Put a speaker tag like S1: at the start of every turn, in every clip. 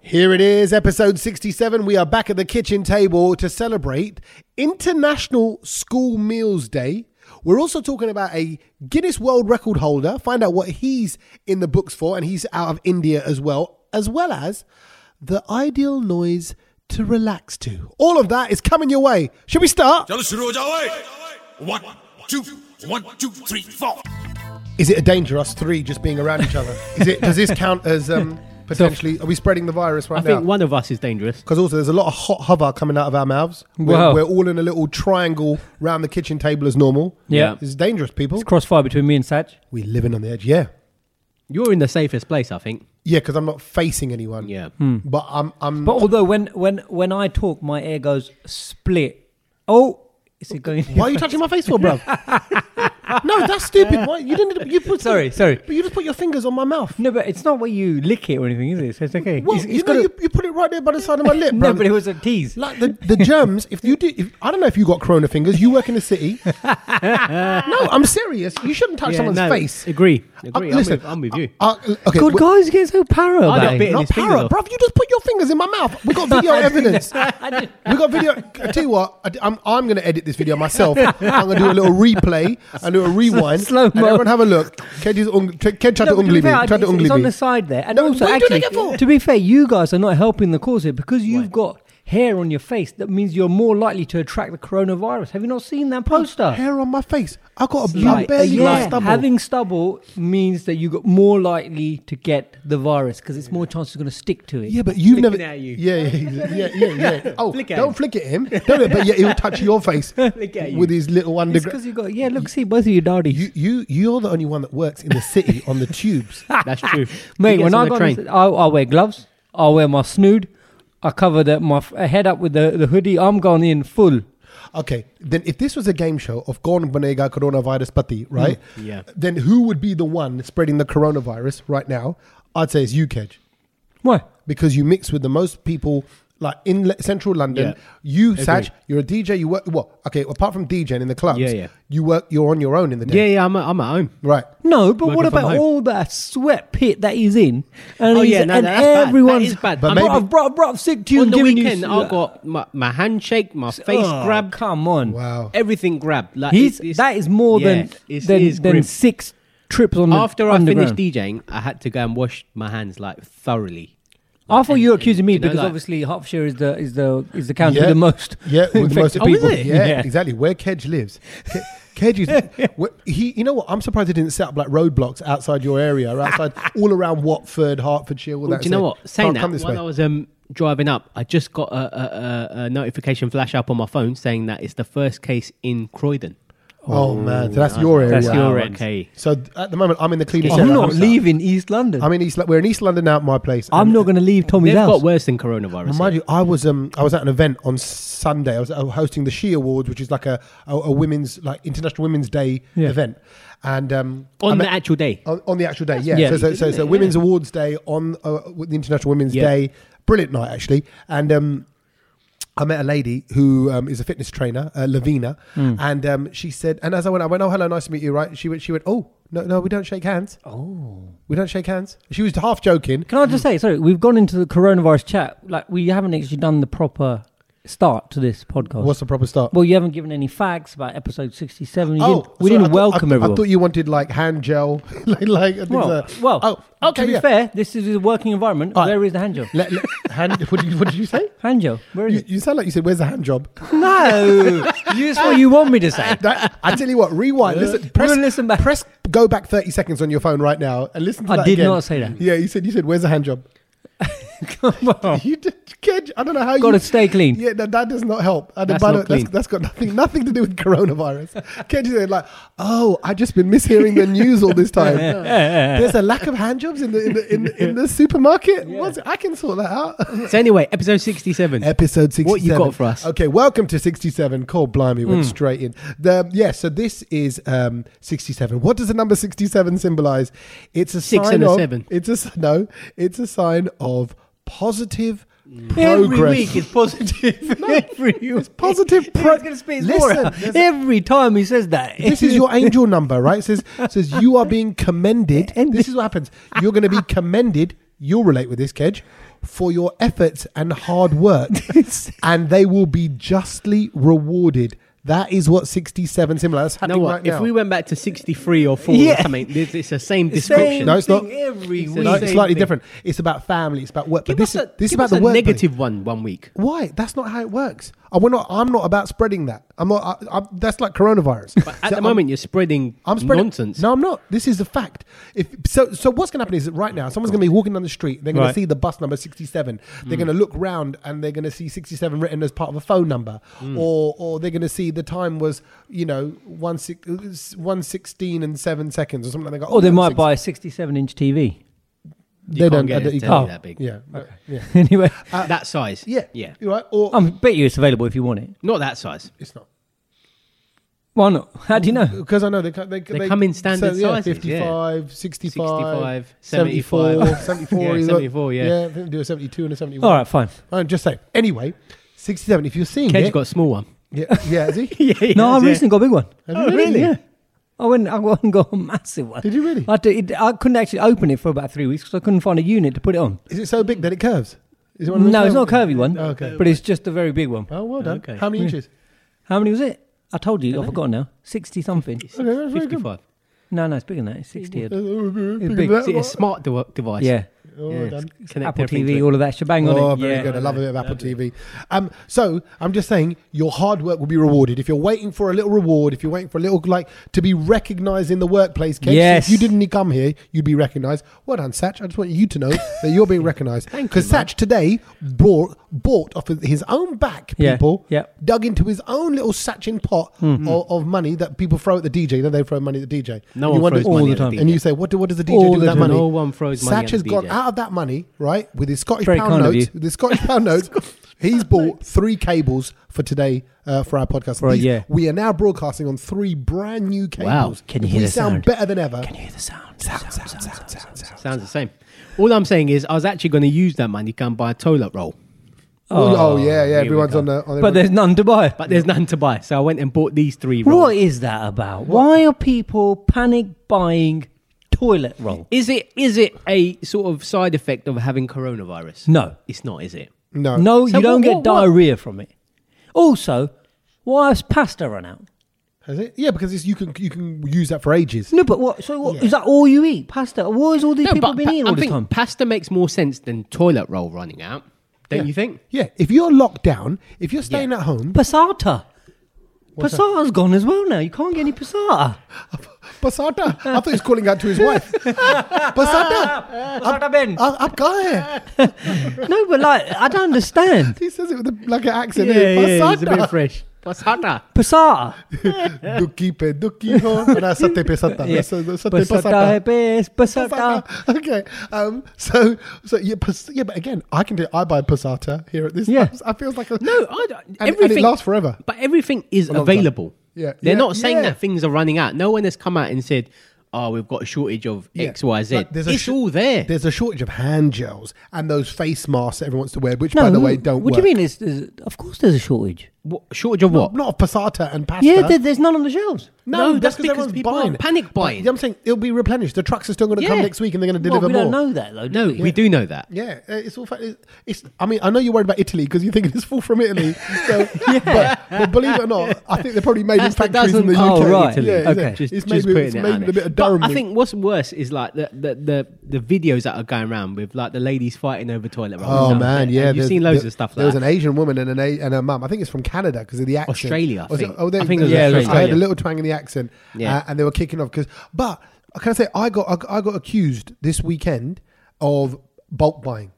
S1: Here it is, episode 67. We are back at the kitchen table to celebrate International School Meals Day. We're also talking about a Guinness World Record holder, find out what he's in the books for, and he's out of India as well, as well as the ideal noise to relax to. All of that is coming your way. Should we start?
S2: चलो शुरू हो जाओ ओए one two one two three four
S1: Is it a danger, us three just being around each other? Is it? Does this count as um, potentially? Are we spreading the virus right
S3: I
S1: now?
S3: think one of us is dangerous.
S1: Because also, there's a lot of hot hover coming out of our mouths. We're,
S4: Wow.
S1: we're all in a little triangle round the kitchen table as normal.
S4: Yeah.
S1: It's dangerous, people.
S4: crossfire between me and Saj.
S1: We're living on the edge. Yeah.
S3: You're in the safest place, I think.
S1: Yeah, because I'm not facing anyone.
S3: Yeah.
S1: But I'm. I'm
S4: But although when when when I talk, my air goes split. Oh, is it going?
S1: why are you touching my face for, bruv? no, that's stupid. Why? You didn't. You put.
S4: Sorry, sorry.
S1: But you just put your fingers on my mouth.
S4: No, but it's not where you lick it or anything, is it? So it's okay.
S1: Well,
S4: It's- it's
S1: you know,
S4: gotta-
S1: you, you put it right there by the side of my lip,
S4: no,
S1: bruv.
S4: but it was a tease.
S1: Like the, the germs, if you do, if, I don't know if you got corona fingers. You work in the city. no, I'm serious. You shouldn't touch
S3: Yeah,
S1: someone's
S3: no,
S1: face.
S3: Agree. Agree.
S1: Uh,
S3: I'm, with, I'm with you.
S1: uh, uh, okay,
S4: God,
S1: we-
S4: guys get so paranoid.
S3: I got
S4: about
S3: bit
S4: it.
S3: in
S1: Not
S3: his finger,
S1: parrot,
S3: though.
S1: bruv. You just put your fingers in my mouth. We got video evidence. We got video. I tell you what, I, am I'm going to edit this video myself. I'm going to do a little replay and do a rewind.
S4: Slow
S1: and
S4: mo.
S1: everyone have a look. Ked's ung- Ked tried to
S4: No, but to be
S1: ungly me.
S4: fair,
S1: Tried to
S4: it's, it's
S1: ungly
S4: on
S1: me.
S4: the side there, and
S1: No,
S4: also
S1: what do they
S4: actually,
S1: get for?
S4: to be fair, you guys are not helping the cause here because you've got hair on your face. That means you're more likely to attract the coronavirus. Have you not seen that poster?
S1: Hair on my face. I got a
S4: Like, uh,
S1: barely
S4: yeah,
S1: yeah, stubble.
S4: having stubble means that you got more likely to get the virus because it's more chance it's going to stick to it.
S1: yeah, but you've never.
S3: Flicking at you.
S1: Yeah, yeah, yeah, yeah, yeah. Oh,
S3: Flick at
S1: don't
S3: him.
S1: flick at him. Don't it? But yeah, he'll touch your face
S3: at you.
S1: with his little
S4: it's
S1: underground.
S4: because you got yeah. Look, see both of you daddies.
S1: You, you, you're the only one that works in the city on the tubes.
S3: That's true. He
S4: Mate,
S3: gets
S4: when
S3: on
S4: I
S3: the
S4: got this, I, I wear gloves. I wear my snood. I cover the, my f- head up with the, the hoodie. I'm going in full.
S1: Okay, then if this was a game show of Gordon Bonega coronavirus pati, right?
S3: Mm, Yeah.
S1: Then who would be the one spreading the coronavirus right now? I'd say it's you, Kedge,
S4: Why?
S1: because you mix with the most people like in le- central London.
S3: Yeah.
S1: You, Saj, you're a DJ. You work well. Okay, apart from DJing in the clubs,
S3: Yeah, yeah.
S1: You work. You're on your own in the day.
S3: Yeah, yeah, I'm, at- I'm at home.
S1: Right.
S4: No, but
S3: Working
S4: what
S3: from
S4: about
S3: home.
S4: all that sweat pit that he's in? And
S3: Oh,
S4: he's-
S3: yeah, no,
S4: and
S3: no, that's bad. That
S4: everyone's
S3: is bad.
S1: But
S4: But
S1: maybe-
S4: bro, I've brought, brought, I've sick to you.
S3: On the
S4: giving
S3: weekend,
S4: you,
S3: I got my, my handshake, my face
S4: Oh,
S3: grab,
S4: Come on,
S1: Wow.
S3: everything grab. Like
S4: he's
S3: it's- it's-
S4: that is more
S3: yeah,
S4: than
S3: it's-
S4: than,
S3: it is
S4: than
S3: grim.
S4: six trips on the
S3: After I
S4: underground.
S3: finished DJing, I had to go and wash my hands like thoroughly.
S4: I thought you were accusing me
S3: you know,
S4: because
S3: like-
S4: obviously Hertfordshire is the is the is the county
S1: Yeah.
S4: with the most Oh,
S1: Yeah, with the most
S4: infected
S3: Oh,
S1: people.
S4: people.
S1: Yeah, exactly. Where Kedge lives. Ke- Kedge is wh- he. You know what? I'm surprised they didn't set up like roadblocks outside your area, or outside all around Watford, Hertfordshire, all that.
S3: Do you know
S1: So,
S3: what? Saying
S1: "Can't
S3: that,
S1: come this
S3: while
S1: way."
S3: I was um, driving up, I just got a, a, a, a notification flash up on my phone saying that it's the first case in Croydon.
S1: Oh, man, so that's your area.
S4: That's your
S3: Wow,
S4: end.
S3: Okay.
S1: So th- at the moment, I'm in the cleanest
S4: I'm
S1: area.
S4: not
S1: I'm,
S4: leaving East London.
S1: I'm in East. Lo- We're in East London now at my place.
S4: I'm not going to leave Tommy's
S3: They've
S4: house.
S3: got worse than coronavirus.
S1: Mind you, I was um I was at an event on Sunday. I was uh, hosting the She Awards, which is like a a, a women's like International Women's Day
S4: Yeah.
S1: event, and um I
S3: on
S1: met-
S3: the actual day.
S1: on, on the actual day, yeah.
S4: yeah.
S1: so so, so, so Women's Awards Day on uh, with the International Women's
S3: Yeah.
S1: Day, brilliant night actually, and um. I met a lady who um, is a fitness trainer, uh, Lavina,
S4: Mm.
S1: and um, she said, and as I went, I went, oh hello, nice to meet you, right? She went, she went, oh no, no, we don't shake hands. Oh, we don't shake hands. She was half joking.
S4: Can I just say, sorry, we've gone into the coronavirus chat. Like, we haven't actually done the proper start to this podcast.
S1: What's the proper start?
S4: well, you haven't given any facts about episode 67. You didn't, we
S1: sorry, Oh, I
S4: didn't
S1: thought-
S4: welcome
S1: I,
S4: everyone.
S1: I thought you wanted like hand gel, like like. I think
S4: well,
S1: so.
S4: well
S1: oh, okay.
S4: to be
S1: yeah.
S4: fair, this is a working environment.
S1: All right.
S4: Where is the hand job?
S1: Let- let- hand, what, did you, what did you say?
S4: Hand job, where is
S1: You,
S4: it?
S1: you sound like you said, "Where's the hand job?"
S4: No, use what you want me to say.
S1: That, I tell you what, rewind. Listen,
S4: You
S1: press,
S4: wanna listen back?
S1: press, go back thirty seconds on your phone right now and listen. to
S4: I
S1: that
S4: did
S1: again.
S4: not say that.
S1: Yeah, you said you said, "Where's the hand job?"
S4: Come on.
S1: You did, kid, I don't know how you
S4: Gotta stay clean.
S1: Yeah, that, that does not help. I don't-
S3: That's
S1: but
S3: not
S1: that's,
S3: clean.
S1: that's got nothing nothing to do with coronavirus. Kedge said like, oh, I've just been mishearing the news all this time. There's a lack of hand jobs in the in the, in, the- in the supermarket. What's it? I can sort that out.
S3: So anyway, episode sixty-seven.
S1: Episode 67.
S3: What you got for us? Hmm.
S1: Okay, welcome to 67. Call Blimey went straight in. The, yeah, so this is um, 67. What does the number 67 symbolize? It's a
S3: Six
S1: sign
S3: and a
S1: of,
S3: seven.
S1: It's a s- no, it's a sign of positive
S4: Every
S1: progress.
S4: week is positive. Every
S1: It's positive pro-
S4: He's gonna spit his
S1: Listen,
S4: aura.
S1: there's a-
S4: Every time he says that,
S1: this is your angel number, right? It says it says you are being commended.
S4: And-
S1: This is what happens. You're going to be commended. You'll relate with this, Kedge. for your efforts and hard work, and they will be justly rewarded. That is what 67 similar. That's
S3: You know
S1: happening
S3: what?
S1: right
S3: if
S1: now.
S3: we went back to 63 or 4
S4: Yeah.
S3: or something, it's, it's the same description.
S4: Same
S1: No, it's
S4: thing
S1: not.
S4: Every
S3: It's
S4: week.
S1: no, it's
S3: same
S1: slightly
S3: thing.
S1: different. It's about family. It's about work.
S3: Give
S1: but this
S3: us
S1: is
S3: a,
S1: this is
S3: give
S1: about
S3: us
S1: the
S3: a
S1: work.
S3: negative one one week.
S1: Why? That's not how it works. I, we're not. I'm not about spreading that. I'm not. I, I, that's like coronavirus.
S3: But
S1: So
S3: at the
S1: I'm-
S3: moment, you're spreading
S1: I'm spreading
S3: nonsense.
S1: No, I'm not. This is a fact. If so, so what's going to happen is that right now someone's going to be walking down the street. They're going
S4: Right.
S1: to see the bus number 67. They're
S3: Mm.
S1: going to look round and they're going to see 67 written as part of a phone number,
S3: Mm.
S1: or or they're going to see the time was you know one six one sixteen and seven seconds or something like that. Oh,
S4: Or they might buy a 67 inch TV.
S3: You
S1: they
S3: can't
S1: don't-
S3: get
S1: they-
S3: it
S1: you
S3: to be
S1: can't.
S3: that big.
S1: Yeah, yeah,
S4: anyway,
S1: Uh,
S3: that size.
S1: yeah,
S3: Yeah. Um,
S1: You're right. Or
S4: I bet you it's available if you want it.
S3: Not that size.
S1: it's not.
S4: Why not? How do you know?
S1: Because I know they, co- they,
S3: They come in standard
S1: so, yeah,
S3: sizes,
S1: 55, 65,
S3: 65,
S1: 74,
S3: 75.
S1: 74.
S3: Yeah,
S1: you got-
S3: 74, yeah.
S1: Yeah, I think do a 72 and a 71.
S4: All right, fine.
S1: I'm just saying. Anyway, 67, if you're seeing
S3: Kedge
S1: it.
S3: got a small one.
S1: yeah, yeah, is he?
S3: yeah,
S4: No, I recently got a big one.
S1: Have you Oh, really? really?
S4: Yeah. I went, I went and got a massive one.
S1: Did you really?
S4: I, had to- it, I couldn't actually open it for about three weeks because I couldn't find a unit to put it on.
S1: Is it so big that it curves? Is it one of those
S4: No, it's not a
S1: curved-
S4: curvy one,
S1: Okay.
S4: but it's just a very big one.
S1: Oh, well done.
S3: Okay.
S1: How many inches?
S4: How many was it? I told you, I've forgotten now. 60 something.
S1: Okay, that's very good.
S3: 55.
S4: No, no, it's bigger than that. It's 60. odd.
S1: Bigger
S4: big.
S1: than
S3: Is it a
S1: that
S3: smart de- device?
S4: Yeah.
S1: one?
S3: Yeah,
S1: Well
S3: it's
S1: done.
S3: connect
S4: Apple
S3: everything to
S4: TV,
S3: it.
S4: all of that shebang on it.
S1: Oh, very
S4: yeah.
S1: good. I love a bit of Apple TV. Um, so I'm just saying, your hard work will be rewarded. If you're waiting for a little reward, if you're waiting for a little like to be recognised in the workplace, Kate,
S4: Yes.
S1: if you didn't come here, you'd be recognised. Well done, Satch. I just want you to know that you're being recognised because Satch today brought bought off of his own back.
S4: Yeah,
S1: People
S4: yeah. Hmm.
S1: dug into his own little satchin pot of, of money that people throw at the DJ. Then they throw money at the DJ.
S3: No
S1: You
S3: one
S1: wonder-
S3: throws money
S4: all the
S3: at the
S4: time.
S3: DJ.
S1: and you say, what, do, what does the DJ
S4: All
S1: do with
S4: the
S1: that
S4: time.
S1: money?
S3: No one throws money
S1: Satch
S3: at
S1: has
S3: the
S1: gone
S3: DJ.
S1: out of that money, right, with his Scottish
S4: Very
S1: pound
S4: kind of
S1: notes.
S4: you.
S1: With his Scottish pound notes, he's bought three cables for today uh, for our podcast.
S4: For a
S1: These-
S4: year.
S1: We are now broadcasting on three brand new cables.
S3: Wow.
S4: Can you
S1: we
S4: hear the
S1: sound
S4: sound?
S1: better than ever.
S4: Can you hear the sound? Sound, sound, sound, sound, sound, sound.
S3: Sounds the same. All I'm saying is, I was actually going to use that money to go and buy a toilet roll,
S1: Oh,
S4: Oh,
S1: oh, yeah, yeah.
S3: we
S1: Everyone's
S3: go.
S1: on the. On
S4: But there's none to buy.
S3: but there's none to buy, so I went and bought these three rolls.
S4: What is that about? Why are people panic buying toilet roll?
S3: Is it is it a sort of side effect of having coronavirus?
S4: No.
S3: it's not, is it?
S1: no,
S4: No,
S3: So
S4: you don't
S3: what-
S4: get
S3: what- what-
S4: diarrhea from it. Also, why has pasta run out?
S1: Has it? Yeah, because it's, you can you can use that for ages.
S4: No, but what? So what is that all you eat? Pasta? Why is all these people been eating all
S3: I
S4: the
S3: think
S4: time?
S3: pasta makes more sense than toilet roll running out. Don't you think?
S1: Yeah, if you're locked down, if you're staying
S3: Yeah.
S1: at home,
S4: Passata. Passata's gone as well now. You can't get any passata.
S1: Basata. I thought he's calling out to his wife. Basata,
S4: Passata Ben.
S1: up, up, guy.
S4: No, but like I don't understand.
S1: He says it with a, like an accent.
S3: yeah,
S1: eh?
S3: yeah, it's a
S1: Passata.
S3: bit fresh. Passata.
S4: Passata.
S1: Duki pe duki ho, na sate pe sata.
S3: E
S1: Sa- sate pe
S4: Passata
S1: sata.
S4: é best. Passata.
S1: Passata. Okay. Um, so, so yeah, pas- yeah, but again, I can do. I buy passata here at this.
S4: Yeah.
S1: house. I feel like a
S3: No, I don't.
S1: And, and it
S3: everything-
S1: lasts forever.
S3: But everything is
S1: long time.
S3: available.
S1: Yeah,
S3: They're
S1: yeah,
S3: not saying
S1: yeah.
S3: that things are running out. No one has come out and said, oh, we've got a shortage of
S1: Yeah.
S3: X, Y, Z.
S1: Like, there's a
S3: it's
S1: sh-
S3: all there.
S1: There's a shortage of hand gels and those face masks that everyone wants to wear, which,
S4: No,
S1: by the way, don't
S4: What
S1: work.
S4: do you mean? It's, there's- of course, there's a shortage.
S3: What- shortage of what?
S1: Not of passata and pasta.
S4: Yeah, there, there's none on the shelves.
S1: no,
S3: No,
S1: that's
S3: that's
S1: because
S3: because
S1: everyone's
S3: people
S1: buying
S3: are
S1: it.
S3: panic
S1: But,
S3: buying.
S1: you know what I'm saying it'll be replenished. The trucks are still going to come
S3: Yeah.
S1: next week, and they're going to deliver more.
S4: well, we don't know that though.
S3: No,
S4: do
S3: we do know that.
S1: Yeah, uh, it's all. Fa- it's, it's. I mean, I know you're worried about Italy because you're thinking it's full from Italy. So, but, but believe it or not, I think they're probably made
S3: That's
S1: in
S3: the
S1: factories in
S3: dozen-
S1: the
S4: oh,
S1: UK.
S4: right.
S1: Yeah,
S4: Italy.
S1: yeah.
S4: Okay.
S1: It's
S3: Just, just
S1: made, with-
S3: putting
S1: it's
S3: it
S1: made
S3: out
S1: with a bit
S3: there.
S1: of
S3: But
S1: Durham.
S3: I think what's worse is like the, the, the, the, videos that are going around with like the ladies fighting over toilet rolls.
S1: Oh man,
S3: out there.
S1: yeah,
S3: And you've
S1: there's-
S3: seen loads
S1: there-
S3: of stuff
S1: There
S3: like
S1: was
S3: that.
S1: an Asian woman and an a- and her mum. I think it's from Canada because of the accent.
S3: Australia, I
S1: Was it-
S3: think.
S1: oh, there,
S3: I think it was
S1: yeah,
S3: Australia.
S1: I had a little twang in the accent.
S3: Yeah.
S1: uh, and they were kicking off because. But can I say I got I got- I got accused this weekend of bulk buying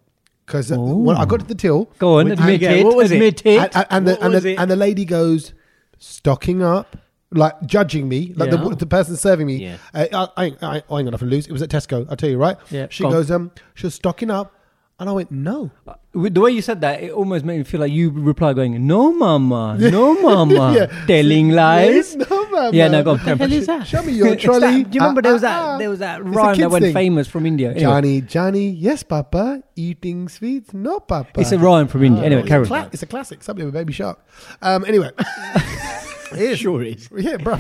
S1: because when I got to the till,
S4: Go on,
S1: and-
S4: admit
S3: yeah,
S4: it.
S3: what was it?
S4: admit
S1: and, and- and
S3: What
S1: the, and,
S3: was
S1: the,
S3: it?
S1: and the lady goes stocking up like judging me like the,
S4: Yeah.
S1: the person serving me
S3: Yeah.
S1: uh, I, I, ain't- I, ain't- I ain't got nothing to lose it was at tesco i'll tell you right
S4: Yeah,
S1: she
S4: go on.
S1: goes um she was stocking up and i went no
S4: With The way you said that, it almost made me feel like you reply going, "No, mama, no, mama,
S1: Yeah.
S4: telling lies."
S1: no man
S4: Yeah, no, go on. What the hell
S1: Sh-
S4: is that?
S1: show me your
S4: It's that-
S1: trolley
S4: do you remember
S1: Ah,
S4: there was
S1: ah,
S4: that
S1: ah.
S4: there was that
S1: It's a
S4: rhyme that
S1: kid's
S4: went
S1: thing.
S4: famous from India? Anyway,
S1: johnny johnny yes papa eating sweets no papa
S4: it's a rhyme from India. anyway,
S1: Ah, it's a,
S4: Karen.
S1: cla- it's a classic something with baby shark um anyway It is.
S3: Sure it is.
S1: Yeah, bro.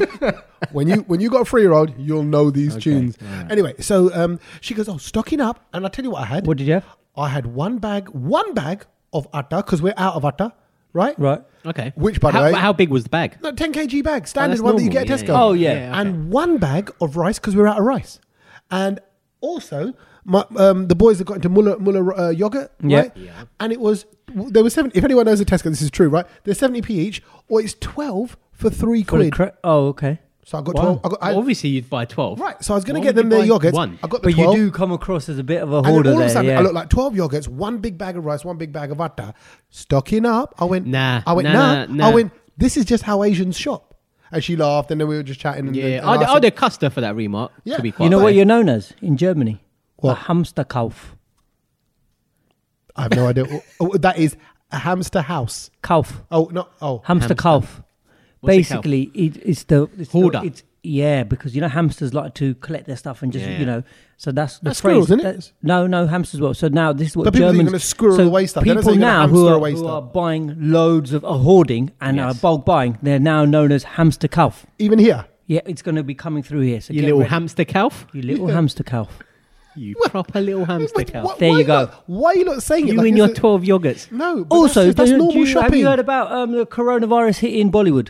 S1: when you when you got a three year old, you'll know these tunes. Anyway, so um, she goes, "Oh, stocking up," and I tell you what I had.
S4: What did you have?
S1: I had one bag, one bag of atta because we're out of atta, right?
S4: Right.
S3: Okay.
S1: Which, by the
S3: how,
S1: way-
S3: how big was the bag?
S1: No, ten kg bag, standard
S3: Oh, that's
S1: one that you get at
S3: normal,
S1: Tesco.
S3: yeah, yeah.
S4: Oh, yeah.
S3: Yeah, okay.
S1: and one bag of rice because we're out of rice, and also. My, um, the boys have got into Muller, Muller uh, yogurt,
S4: Yeah.
S1: right? And it was there were seven. If anyone knows the Tesco, this is true, right? They're seventy p each, or it's twelve for three quid.
S4: Cra- oh, okay.
S1: So I got
S3: Wow.
S1: twelve. I got, I,
S3: Well, obviously, you'd buy 12.
S1: Right, so I was going
S3: Why
S1: to get
S3: would
S1: them
S3: you
S1: their
S3: buy
S1: yogurts.
S3: One.
S1: I got the
S4: But
S1: twelve.
S4: you do come across as a bit of a
S1: and then
S4: hoarder
S1: all of a
S4: there.
S1: sudden,
S4: yeah.
S1: I look like twelve yogurts, one big bag of rice, one big bag of atta, stocking up. I went,
S3: Nah,
S1: I went,
S3: nah,
S1: nah.
S3: nah, nah.
S1: I went. This is just how Asians shop. And she laughed, and then we were just chatting. And then,
S3: Yeah,
S1: and
S3: I'd,
S1: I said-
S3: I'd have cussed her for that remark,
S1: Yeah.
S3: to be quite
S4: you know what
S3: fair.
S4: you're known as in Germany?
S1: What?
S4: A Hamsterkauf.
S1: I have no idea. Oh, that is a hamster house.
S4: Kauf.
S1: Oh no! Oh,
S4: Hamsterkauf.
S3: What's a
S4: Basically, it, it's the it's the-
S3: Hoarder.
S4: it's, yeah, because you know hamsters like to collect their stuff and just
S3: Yeah.
S4: you know. So that's the
S1: That's
S4: phrase.
S1: squirrels, innit?
S4: That- no, no hamsters. Well, so now this is what
S1: But people
S4: Germans.
S1: think you're gonna squirrel
S4: so
S1: away stuff. They don't
S4: People
S1: say you're gonna
S4: now who,
S1: hamster
S4: are,
S1: away
S4: who
S1: stuff.
S4: are buying loads of are hoarding and
S3: Yes.
S4: are bulk buying, they're now known as Hamsterkauf.
S1: even here.
S4: Yeah, it's going to be coming through here. So
S3: You
S4: get
S3: little
S4: ready.
S3: hamster calf.
S4: you little hamster calf.
S3: You proper little hamster
S1: What-
S3: calf.
S1: what-
S4: There
S1: why
S4: you go.
S1: not- why are you not saying it?
S3: You
S1: like
S3: and
S1: it's
S3: your
S1: a-
S3: 12 yogurts.
S1: No. but
S4: Also,
S1: that's, that's
S4: do- do
S1: normal
S4: you-
S1: shopping.
S4: have you heard about um, the coronavirus hitting Bollywood?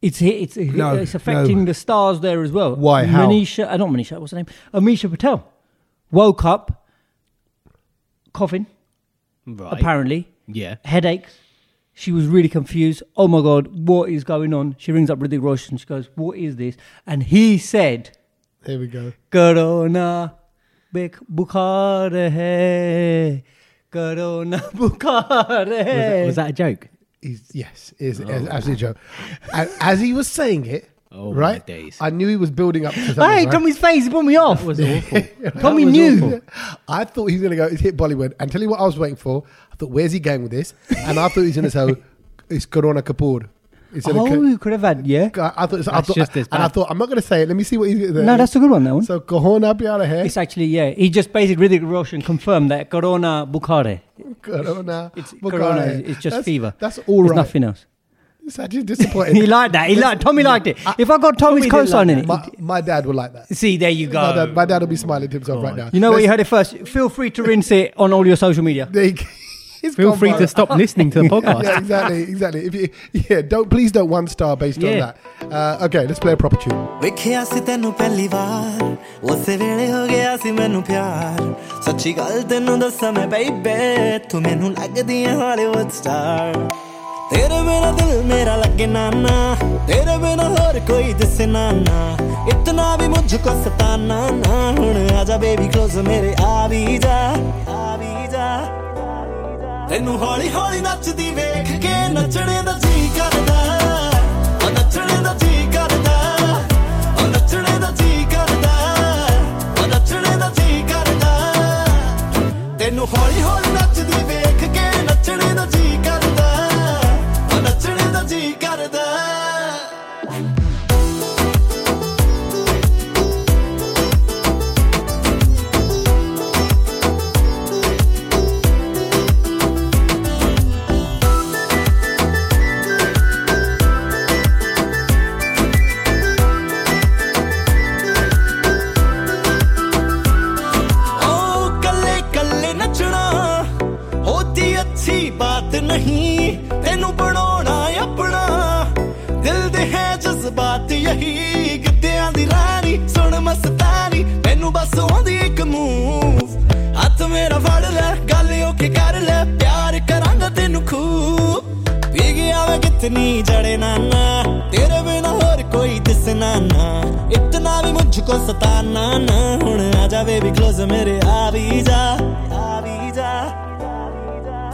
S4: It's hit, it's
S1: No,
S4: it's affecting
S1: no.
S4: the stars there as well.
S1: Why? How?
S4: Manisha, uh, not Manisha. What's her name? Amisha Patel woke up coughing.
S3: Right.
S4: Apparently,
S3: Yeah.
S4: headaches. She was really confused. Oh my god, what is going on? She rings up Riddick Ross and she goes, "What is this?" And he said,
S1: Here we go.
S4: Corona big बुखार है corona बुखार है
S3: Was that a joke?
S1: He's, yes, is
S4: Oh,
S1: is absolutely Joe. And as he was saying it,
S3: Oh, my
S1: right?
S3: days.
S1: I knew he was building up to something.
S4: Hey,
S1: right?
S4: Tommy's face, he put me off.
S3: That was awful.
S4: Tommy
S3: That was
S4: knew.
S3: awful.
S1: I thought he was going to go, it's hit Bollywood. And tell you what I was waiting for. I thought, where's he going with this? And I thought he was going to say, it's Corona Kapoor. It's
S4: Oh, you could have had, yeah.
S1: I thought, I
S3: That's
S1: thought,
S3: just as
S1: and I
S3: bad.
S1: thought, I'm not going to say it. Let me see what he's going to
S4: No, that's a good one, that one.
S1: So, Corona Piara Hai.
S4: It's actually, yeah. He just basically, Riddick Roshan confirmed that Corona Bukhare.
S1: Corona.
S4: It's
S1: Bukhara
S4: Corona,
S1: Hai.
S4: it's it's just
S1: That's-
S4: fever.
S1: That's all
S4: There's
S1: right.
S4: nothing else.
S1: It's actually
S4: He
S1: disappointing.
S4: liked that. He liked, Tommy liked it. If I got Tommy's
S3: Tommy didn't
S4: co-sign
S3: like
S4: in it,
S1: my, my dad would like that.
S4: see, there you
S1: My
S4: go.
S1: dad, my dad will be smiling to himself right now.
S4: You know what?
S1: Let's-
S4: You heard it first. Feel free to rinse it on all your social media.
S1: there you go. It's
S3: Feel
S1: gone
S3: free
S1: viral.
S3: to stop listening to the podcast.
S1: yeah, exactly, exactly. If you, yeah, don't please don't one star based
S3: Yeah.
S1: on that. Uh, okay, let's play a proper tune.
S5: ਵੇਖਿਆ ਸੀ ਤੈਨੂੰ ਪਹਿਲੀ ਵਾਰ ਉਸੇ ਵੇਲੇ ਹੋ ਗਿਆ ਸੀ ਮੈਨੂੰ ਪਿਆਰ ਸੱਚੀ ਗੱਲ ਤੈਨੂੰ ਦੱਸਾਂ ਮੈਂ ਬੇਬੇ ਤੂੰ ਮੈਨੂੰ ਲੱਗਦੀ ਹੈ ਹਾਲੀਵੁੱਡ ਸਟਾਰ ਤੇਰੇ ਬਿਨਾ ਦਿਲ ਮੇਰਾ ਲੱਗੇ ਨਾ ਨਾ ਤੇਰੇ ਬਿਨਾ ਹੋਰ ਕੋਈ ਦਿਸੇ ਨਾ ਨਾ ਇਤਨਾ ਵੀ ਮੁਝ ਕੋ ਸਤਾਨਾ ਨਾ ਹੁਣ ਆ ਜਾ ਬੇਬੀ ਕਲੋਜ਼ ਮੇਰੇ ਆ ਵੀ ਜਾ ਆ ਵੀ ਜਾ ਤੈਨੂੰ ਹੌਲੀ ਹੌਲੀ ਨੱਚਦੀ ਵੇਖ ਕੇ ਨੱਚਣੇ ਦਾ ਜੀ ਕਰਦਾ ਉਹ ਨੱਚਣੇ ਦਾ ਜੀ ਕਰਦਾ ਉਹ ਨੱਚਣੇ ਦਾ ਜੀ ਕਰਦਾ ਉਹ ਨੱਚਣੇ ਦਾ ਜੀ ਕਰਦਾ ਤੈਨੂੰ ਹੌਲੀ ਹੌਲੀ ਨੱਚਦੀ ਵੇਖ ਕੇ ਨੱਚਣੇ ਦਾ ਜੀ ਕਰਦਾ ਉਹ ਨੱਚਣੇ ਦਾ ਜੀ ਕਰਦਾ ओ कल्ले कल्ले नचना होती अच्छी बात नहीं तेनू बनाना अपना दिल दे है जज्बात यही गिद्दियां दी रानी सुन मस्तानी तेनू बस आंदी एक मूव ਹੱਥ ਮੇਰਾ ਫੜ ਲੈ ਗੱਲ ਓ ਕੇ ਕਰ ਲੈ ਪਿਆਰ ਕਰਾਂਗਾ ਤੈਨੂੰ ਖੂਬ ਪੀ ਗਿਆ ਮੈਂ ਕਿਤਨੀ ਜੜੇ ਨਾਨਾ ਤੇਰੇ ਬਿਨਾ ਹੋਰ ਕੋਈ ਦਿਸਣਾ ਨਾ ਇਤਨਾ ਵੀ ਮੁਝ ਕੋ ਸਤਾਨਾ ਨਾ ਹੁਣ ਆ ਜਾ ਬੇਬੀ ਕਲੋਜ਼ ਮੇਰੇ ਆ ਵੀ ਜਾ ਆ ਵੀ ਜਾ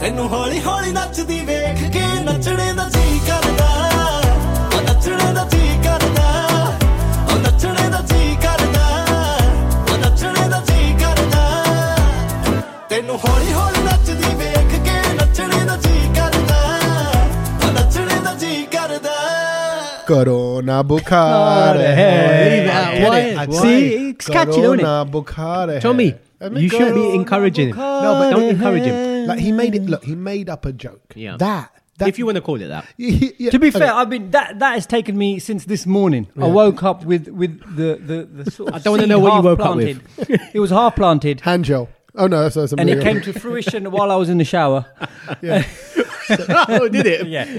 S5: ਤੈਨੂੰ ਹੌਲੀ ਹੌਲੀ ਨੱਚਦੀ ਵੇਖ ਕੇ ਨੱਚਣੇ ਦਾ ਜੀ ਕਰਦਾ ਉਹ ਨੱਚਣੇ ਦਾ ਜੀ ਕਰਦਾ ਉਹ ਨੱਚਣੇ ਦਾ ਜੀ ਕਰਦਾ ਉਹ ਨੱਚਣੇ ਦਾ ਜੀ ਕਰਦਾ ਤੈਨੂੰ ਹੌਲੀ ਹੌਲੀ ਨੱਚਦੀ ਵੇਖ ਕੇ ਨੱਚਣੇ ਦਾ ਜੀ ਕਰਦਾ ਉਹ ਨੱਚਣੇ ਦਾ ਜੀ ਕਰਦਾ
S1: Corona Bukhara.
S4: Hey,
S1: I
S3: that
S1: get
S3: one.
S1: it, I get
S4: See,
S1: it.
S4: it's catchy, don't it?
S1: Corona Bukhara.
S3: Tommy,
S1: I mean,
S3: you shouldn't
S1: Corona
S3: be encouraging him.
S1: Bukhara.
S3: don't encourage him.
S1: Like he made it. Look, he made up a joke.
S3: Yeah.
S1: That That-
S3: if you want to call it that.
S1: Yeah,
S4: To be
S1: okay.
S4: fair, I've been that that has taken me since this morning. I woke up with with the the, the sort of
S3: I don't wanna
S4: seed
S3: know what you
S4: half
S3: woke up
S4: planted. it was half planted,
S1: hand gel. Oh no, that's, that's
S4: and it came to fruition while I was in the shower.
S1: Yeah.
S3: oh, did it?
S4: Yeah,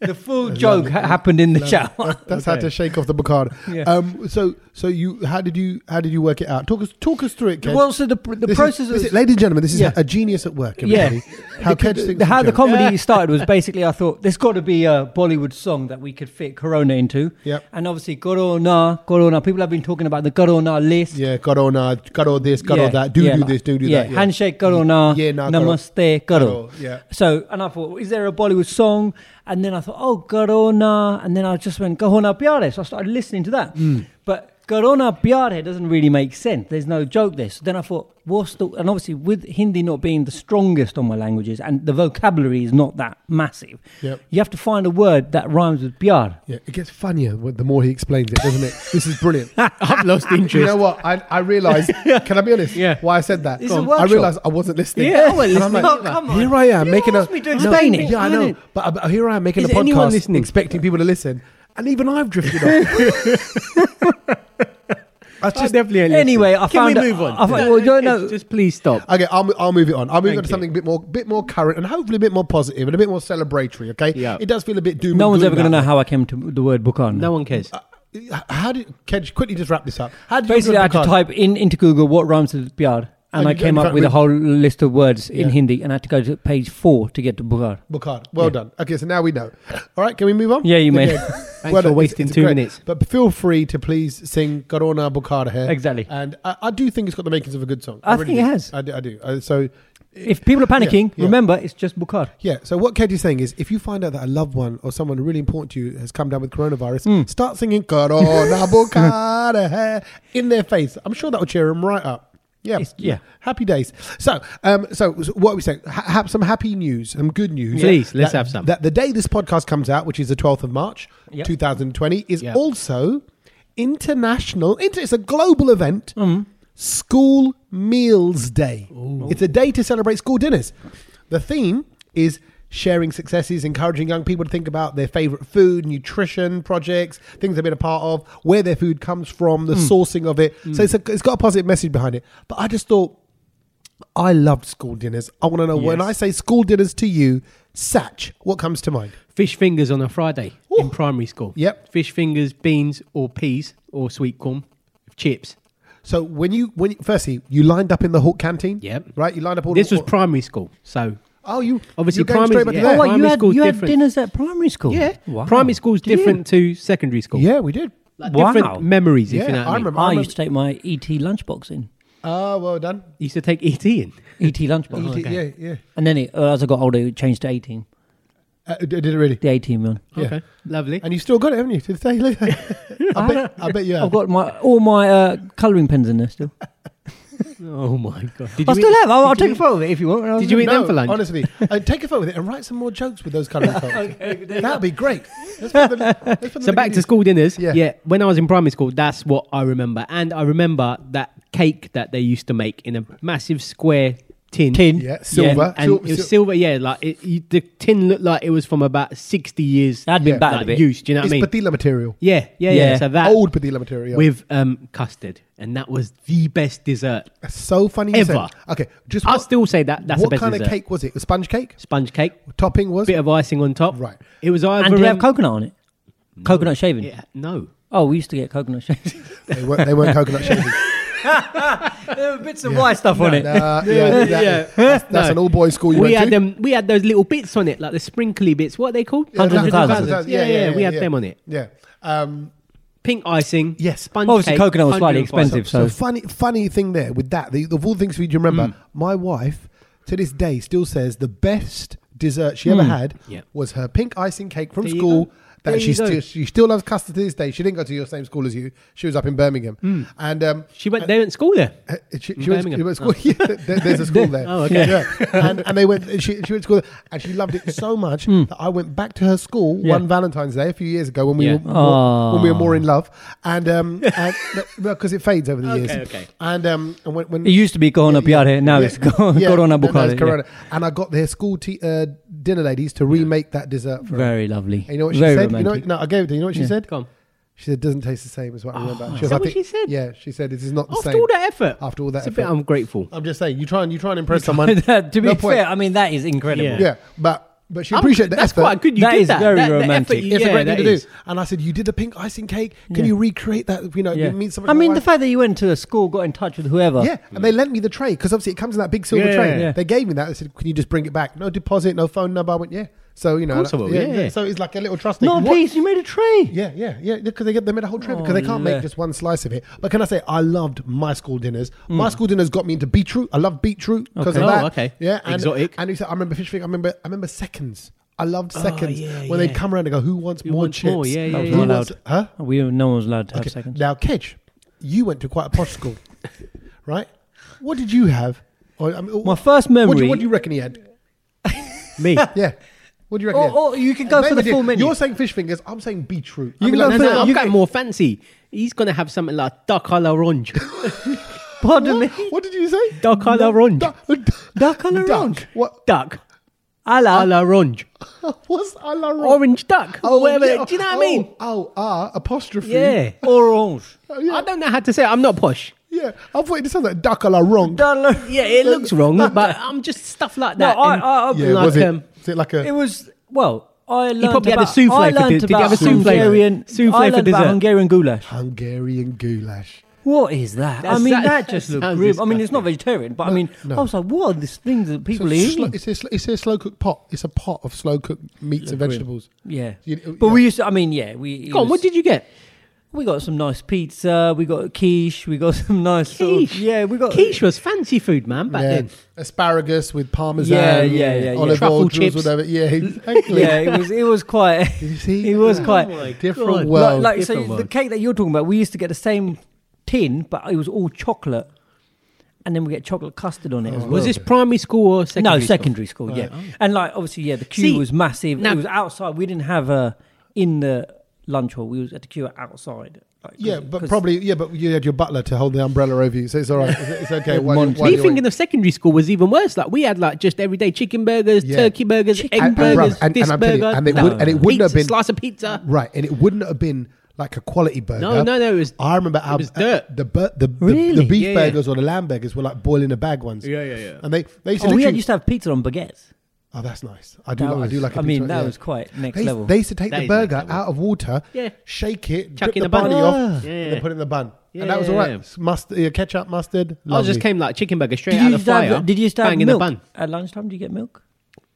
S4: the full joke ha- happened in the shower.
S1: That's how to shake off the Bacardi.
S4: Yeah.
S1: Um, so, so you, how did you, how did you work it out? Talk us, talk us through it. Kedge.
S4: Well, so the pr- the
S1: This is-
S4: process
S1: this
S4: is-
S1: is- ladies and gentlemen, this is
S4: Yeah.
S1: a genius at work. Everybody. how Kedge
S4: the,
S1: thinks.
S4: the- how
S1: of
S4: the
S1: Joe.
S4: comedy started was basically I thought there's got to be a Bollywood song that we could fit Corona into.
S1: Yep.
S4: And obviously Corona, Corona. People have been talking about the Corona list.
S1: yeah, got on, uh, got all this, got
S4: Yeah,
S1: all that. Do
S4: yeah,
S1: do
S4: like-
S1: this, do do
S4: yeah,
S1: that. Yeah.
S4: Handshake karo na,
S1: Yeah, na karo.
S4: namaste
S1: Karo,
S4: karo.
S1: yeah.
S4: So, and I thought, is there a Bollywood song? And then I thought, oh, karo na. And then I just went, kahona pyare. So I started listening to that.
S1: Hmm.
S4: But Corona Pyare doesn't really make sense. There's no joke there. So then I thought, what's the. And obviously, with Hindi not being the strongest on my languages and the vocabulary is not that massive,
S1: Yep.
S4: you have to find a word that rhymes with pyar.
S1: Yeah, it gets funnier with- the more he explains it, doesn't it? This is brilliant.
S3: I've lost interest.
S1: You know what? I, I realised. Can I be honest?
S3: Yeah.
S1: Why I said that?
S4: It's a
S1: I
S4: workshop.
S1: realised I wasn't listening.
S4: Yeah, I
S1: And
S4: wasn't
S1: I'm
S4: listening either. Come on.
S1: Here I am
S4: You
S1: making
S4: asked
S1: a.
S4: me to explain it.
S1: Yeah, I
S4: I
S1: know.
S4: didn't.
S1: But uh, here I am making
S3: Is
S1: a
S3: anyone
S1: podcast,
S3: listening?
S1: expecting people to listen, and even I've drifted off. That's
S3: I
S1: just.
S3: definitely ain't
S4: Anyway,
S3: listening.
S4: I
S3: Can
S4: found
S3: we
S4: out-
S3: move on?
S4: I found- well, don't know-
S3: Just please stop.
S1: Okay, I'll, mo- I'll move it on. I'll move
S3: Thank
S1: on to
S3: you.
S1: something a bit more, bit more current, and hopefully a bit more positive and a bit more celebratory. Okay,
S3: Yeah.
S1: it does feel a bit doom.
S4: No
S1: and
S4: one's
S1: gloom
S4: ever going to
S1: out
S4: know how I came to the word Bukan.
S3: No one cares.
S1: there. How did? Can you quickly just wrap this up? How did
S4: Basically,
S1: you
S4: I
S1: do
S4: had to
S1: Picard?
S4: type in into Google what rhymes with pyar,
S1: And
S4: and I
S1: you-
S4: came
S1: in
S4: up
S1: fact,
S4: with a
S1: we-
S4: whole list of words in
S1: Yeah.
S4: Hindi, and I had to go to page four to get to bukhar.
S1: Bukhar. Well done. Okay, so now we know. All right, can we move on?
S4: Yeah, you may.
S1: Okay.
S3: Thanks for
S1: done.
S3: wasting two
S1: great.
S3: minutes.
S1: But feel free to please sing Corona Bukhar here.
S4: Exactly.
S1: And I, I do think it's got the makings of a good song.
S4: I
S1: really
S4: think it
S1: do.
S4: has.
S1: I do. I do. Uh, so,
S4: If people are panicking,
S1: yeah.
S4: remember it's just bukhar.
S1: yeah. So what Kedge is saying is if you find out that a loved one or someone really important to you has come down with coronavirus,
S3: Mm.
S1: start singing Corona Bukhar hai in their face. I'm sure that will cheer them right up. Yeah.
S4: It's- yeah.
S1: Happy days. So, um, so so what are we saying? Ha- have some happy news, some good news.
S3: Please, let's
S1: That-
S3: have some.
S1: That the day this podcast comes out, which is the 12th of March,
S4: Yep.
S1: 2020, is
S3: Yeah.
S1: also international. Inter, it's a global event.
S3: Mm-hmm.
S1: School Meals Day. It's a day to celebrate school dinners. The theme is sharing successes, encouraging young people to think about their favorite food, nutrition projects, things they've been a part of, where their food comes from,
S3: Mm.
S1: the sourcing of it. So it's, a, it's got a positive message behind it. But I just thought, I loved school dinners. I want to know when
S3: Yes.
S1: I say school dinners to you, Satch, what comes to mind?
S3: Fish fingers on a Friday
S1: Ooh.
S3: in primary school.
S1: Yep.
S3: Fish fingers, beans, or peas, or sweet corn, chips.
S1: So when you when you, firstly you lined up in the Hawk canteen,
S3: Yep.
S1: right? You lined up all.
S3: This was
S1: all-
S3: primary school, so
S1: oh, you
S3: Obviously
S1: you're going straight
S3: primary-
S1: back to
S3: yeah.
S1: that.
S4: Oh, wait, you
S3: primary
S4: had
S3: school's
S4: you had
S3: different.
S4: dinners at primary school.
S3: yeah,
S4: Wow.
S3: primary school's
S4: Did you?
S3: different to secondary school.
S1: Yeah, we did.
S3: Like
S4: Wow.
S3: different memories. If
S1: Yeah,
S3: you know what
S1: I
S3: I mean.
S1: remember.
S4: I used to take my ET lunchbox in
S1: Oh, well done.
S3: You used to take ET in.
S4: ET lunchbox,
S1: You did- E Yeah, yeah.
S4: and then it, uh, as I got older, it changed to eighteen.
S1: Uh, d- did it really?
S4: The eighteen one.
S1: Yeah.
S3: Okay, lovely.
S1: And you still got it, haven't you? To this day, look. I bet. I bet you have.
S4: I've got my all my uh, colouring pens in there still.
S3: Oh my god! Did
S4: I
S3: you
S4: still
S3: eat-
S4: have. I'll, I'll
S3: did you
S4: take a photo of it if you want.
S3: Did you eat
S1: No,
S3: them for lunch?
S1: Honestly, uh, take a photo with it and write some more jokes with those colouring folks. That'd be great. Let's put the, let's put the
S3: So back
S1: link
S3: to
S1: in.
S3: school dinners.
S1: Yeah.
S3: Yeah. When I was in primary school, that's what I remember. And I remember that cake that they used to make in a massive square tin.
S4: Tin.
S1: Yeah, silver.
S3: and
S1: Sil-
S3: it was
S1: sil-
S3: silver, yeah. Like it, you, the tin looked like it was from about 60 years
S4: That'd been
S1: Yeah.
S4: bad a
S3: like,
S4: bit.
S3: used. Do you know
S1: It's
S3: what I mean?
S1: patilla material.
S3: yeah, yeah, yeah,
S4: Yeah.
S3: So that
S1: Old patilla material.
S3: with um, custard. And that was the best dessert.
S1: So funny. you said.
S3: Ever.
S1: Okay, just
S3: I still say that that's the
S1: what
S3: best
S1: kind of
S3: dessert.
S1: cake was it? A sponge cake.
S3: Sponge cake,
S1: Topping was
S3: bit of icing on top.
S1: Right.
S3: It was either.
S4: and did it
S3: um,
S4: have coconut on it? Coconut shaving.
S3: yeah, no.
S4: Oh, we used to get coconut shaving.
S1: they weren't, they weren't coconut shavings.
S4: there were bits of white stuff on it.
S1: Nah, yeah, exactly.
S3: Yeah.
S1: That's, that's an all boys school you
S3: we
S1: went
S3: had
S1: to.
S3: them. We had those little bits on it, like the sprinkly bits. What are they called?
S1: Yeah,
S4: hundreds and
S1: thousands,
S4: thousands.
S1: thousands.
S3: Yeah, yeah, we had them on it.
S1: Yeah. Um,
S3: Pink icing.
S1: Yes.
S3: Sponge
S4: Obviously,
S3: cake,
S4: coconut was slightly
S3: 105.
S4: expensive,
S1: so
S4: So- Mm.
S1: funny, funny thing there with that. The, of all things we can remember, my wife to this day still says the best dessert she ever had
S4: Mm.
S3: Yeah.
S1: was her pink icing cake from
S3: There you
S1: school.
S3: go.
S1: that
S3: There you
S1: she
S3: go.
S1: still she still loves Custer to this day. She didn't go to your same school as you. She was up in Birmingham,
S3: Mm.
S1: and um,
S3: She went. They went to school there.
S1: uh, She, she went,
S3: Birmingham.
S1: she went to school. Yeah, there- there's a school there.
S3: Oh, okay.
S1: Yeah. And, and they went. She, she went to school, there, and she loved it so much
S3: Hmm.
S1: that I went back to her school
S4: Yeah.
S1: one Valentine's Day a few years ago when we
S3: Yeah. Ah.
S1: were more, when we were more in love, and um, and because it fades over the years.
S3: okay.
S1: And um, and when, when
S4: It used to be Corona
S1: yeah,
S4: Piare, now
S1: yeah,
S4: it's Cor-
S1: yeah. No,
S4: Corona
S1: no,
S4: Bucare.
S1: it's Corona. And I got their school te- uh, dinner ladies to remake that dessert. For her.
S4: Very lovely.
S1: And you know what she
S4: Very
S1: said? You know,
S4: romantic.
S1: what- no, I gave it to you. You know what she said?
S3: Come.
S1: She said, "Doesn't taste the same as what I remember." was,
S3: Ah, Is that
S1: "I
S3: what
S1: think-
S3: she said?
S1: Yeah, she said it is not the
S3: After
S1: same.
S3: all that effort.
S1: After all that
S3: It's a bit
S1: effort.
S3: ungrateful.
S1: I'm just saying, you try and you try and impress someone.
S4: to be
S1: No
S4: fair,
S1: point.
S4: I mean that is incredible.
S3: Yeah.
S1: yeah, but but she appreciated the
S3: that's
S1: effort.
S3: quite good. You
S4: That
S3: did
S4: is
S3: that.
S4: very
S3: That- the effort
S4: romantic.
S3: you-
S1: It's
S3: yeah,
S1: a great
S3: that
S1: thing to
S3: is.
S1: do. And I said, you did the pink icing cake. Can
S4: Yeah.
S1: you recreate that? You know,
S4: Yeah.
S1: it means something.
S4: I mean, the
S1: like-
S4: fact that you went to a school, got in touch with whoever.
S1: Yeah, and they lent me the tray because obviously it comes in that big silver
S3: Yeah.
S1: tray.
S4: Yeah.
S1: They gave me that. They said, "Can you just bring it back? No deposit, no phone number." I went, "Yeah." So you know,
S3: course I
S1: like-
S3: will, yeah.
S1: So it's like a little trust.
S4: Not
S1: thing.
S4: a
S1: What-
S4: piece. You made a tray.
S1: Yeah, yeah, yeah. Because they get they made a whole trip because they can't
S4: Oh, yeah.
S1: make just one slice of it. But can I say I loved my school dinners? My school dinners got me into beetroot. I love beetroot because
S4: Mm. Okay.
S1: of
S3: Oh,
S1: that.
S3: okay.
S1: Yeah, and,
S3: Exotic.
S1: And you said I remember fish fingers. I remember I remember seconds. I loved
S4: Oh,
S1: seconds
S3: yeah,
S1: when
S3: yeah.
S1: they'd come around and go, "Who wants more
S3: wants
S1: chips?
S3: more? Yeah, yeah,
S4: That was
S3: yeah.
S1: Who
S4: not allowed.
S1: wants- Huh?
S4: Oh, We no one was allowed to have
S1: Okay.
S4: seconds.
S1: Now, Kedge, you went to quite a posh school, right? What did you have? Or, I mean,
S4: My
S1: What
S4: first
S1: do,
S4: memory-
S1: you, what do you reckon he had?
S3: Me.
S1: Yeah. What do you reckon?
S4: Or,
S1: he had?
S4: or you could go
S1: Maybe
S4: for the
S1: did-
S4: full menu.
S1: You're saying fish fingers. I'm saying beetroot.
S4: You
S1: I mean,
S4: can
S1: like,
S4: go for
S3: No,
S1: that's
S3: no,
S4: it.
S1: how-
S3: I'm
S4: You
S3: getting more fancy. He's gonna have something like duck a la orange.
S4: Pardon me.
S1: What did you say?
S3: Duck a la orange.
S1: Duck,
S4: Duck a la orange.
S1: What?
S3: Duck
S4: Ala.
S3: a la orange.
S1: What's a la orange?
S3: Orange duck. or whatever.
S1: yeah.
S3: Do you know what I
S1: Oh,
S3: mean?
S1: Oh, ah, apostrophe. Uh,
S3: Yeah.
S4: Orange.
S1: yeah.
S3: I don't know how to say it. I'm not posh.
S1: Yeah. I thought it sounded like duck a la wrong.
S3: Yeah, it looks wrong, but I'm just stuff like
S4: No,
S3: that.
S4: I,
S3: And
S4: I, I,
S1: Yeah,
S3: Like,
S1: was it?
S3: um,
S1: is it like a?
S4: It was well. I learned
S3: probably had a
S4: about,
S3: souffle
S4: I
S3: for
S4: learned
S3: di- did he
S4: about
S3: have a souffle for-
S4: Hungarian,
S3: souffle
S4: I
S3: for
S4: learned about
S3: dessert?
S4: Hungarian goulash.
S1: Hungarian goulash.
S4: What is that? I
S3: That's-
S4: mean,
S3: that-
S4: that, just
S3: that
S4: looked.
S3: sounds
S4: Rib- I mean, it's not vegetarian, but I mean, I was like, what are these things that people are
S1: It's,
S4: eating?
S1: slo- it's, a, sl- it's a slow cooked pot. It's a pot of slow cooked meats and vegetables.
S4: yeah,
S1: You-
S4: but
S1: yeah.
S4: we used to. I mean, yeah, we. it
S3: Go on,
S4: was-
S3: what did you get?
S4: we got some nice pizza. We got quiche. We got some nice. sort of-
S3: Quiche.
S4: yeah, we got
S3: Quiche was fancy food, man, back
S1: Yeah.
S3: then.
S1: Asparagus with parmesan.
S4: Yeah, yeah, yeah, yeah.
S1: Olive
S3: Truffle
S1: oil drizzled
S3: chips.
S1: over. Yeah, exactly.
S4: Yeah, it was. It was quite.
S1: You see? Oh
S4: It was quite.
S3: my
S1: different
S3: God.
S4: Like-
S1: world.
S4: like, so
S3: different
S4: the
S3: world.
S4: cake that you're talking about, we used to get the same tin, but it was all chocolate, and then we get chocolate custard on it
S1: Oh,
S4: as well.
S3: Was this primary school or secondary?
S4: no secondary school? yeah, and like obviously, yeah, the queue
S3: See,
S4: was massive.
S3: now-
S4: it was outside. We didn't have a in the lunch hall. We was at the queue outside. Like, 'cause-
S1: Yeah, but
S4: 'cause-
S1: probably yeah, but you had your butler to hold the umbrella over you, so it's all right. It's, it's okay. Why,
S4: Monty.
S1: why
S3: Me
S1: do you
S3: thinking of secondary school was even worse. Like we had like just everyday chicken burgers,
S1: Yeah.
S3: turkey burgers,
S4: Chicken-
S3: egg
S1: And- and
S3: burgers,
S1: bruv, and-
S3: this
S1: and I'm telling
S3: burger,
S1: you, and it would- and it wouldn't
S3: pizza,
S1: have been-
S3: slice of pizza.
S1: Right, and it wouldn't have been like a quality burger.
S3: No, no, no, it was-
S1: I remember our
S3: was dirt.
S1: the bur- the, the-
S4: Really?
S1: the beef
S3: Yeah, yeah.
S1: burgers or the lamb burgers were like boiling a bag ones.
S3: Yeah, yeah, yeah.
S1: And they they used to,
S4: Oh, we
S1: literally-
S4: had, used to have pizza on baguettes.
S1: oh that's nice. I do
S4: That
S1: like, I
S4: was,
S1: do like. a
S4: I mean,
S1: pizza,
S4: that
S1: yeah.
S4: was quite next
S1: They,
S4: level.
S1: they used to take
S3: That
S1: the
S3: is
S1: burger
S3: next level.
S1: out of water,
S3: Yeah.
S1: shake it,
S3: Chuck
S1: chuck
S3: in
S1: the
S3: a bun.
S1: bunny
S3: Ah.
S1: off,
S3: Yeah,
S1: and
S3: yeah.
S1: then put it in the bun,
S3: Yeah,
S1: and that was
S3: yeah,
S1: all
S3: yeah.
S1: right. Mustard, yeah, ketchup, mustard.
S3: I
S1: lovely.
S3: just came like chicken burger straight
S4: Did
S3: out
S4: you
S3: of
S4: used
S3: the
S4: to
S3: fire.
S4: have, did you used to have
S3: bang in
S4: milk
S3: the bun?
S4: at lunchtime? Do you get milk?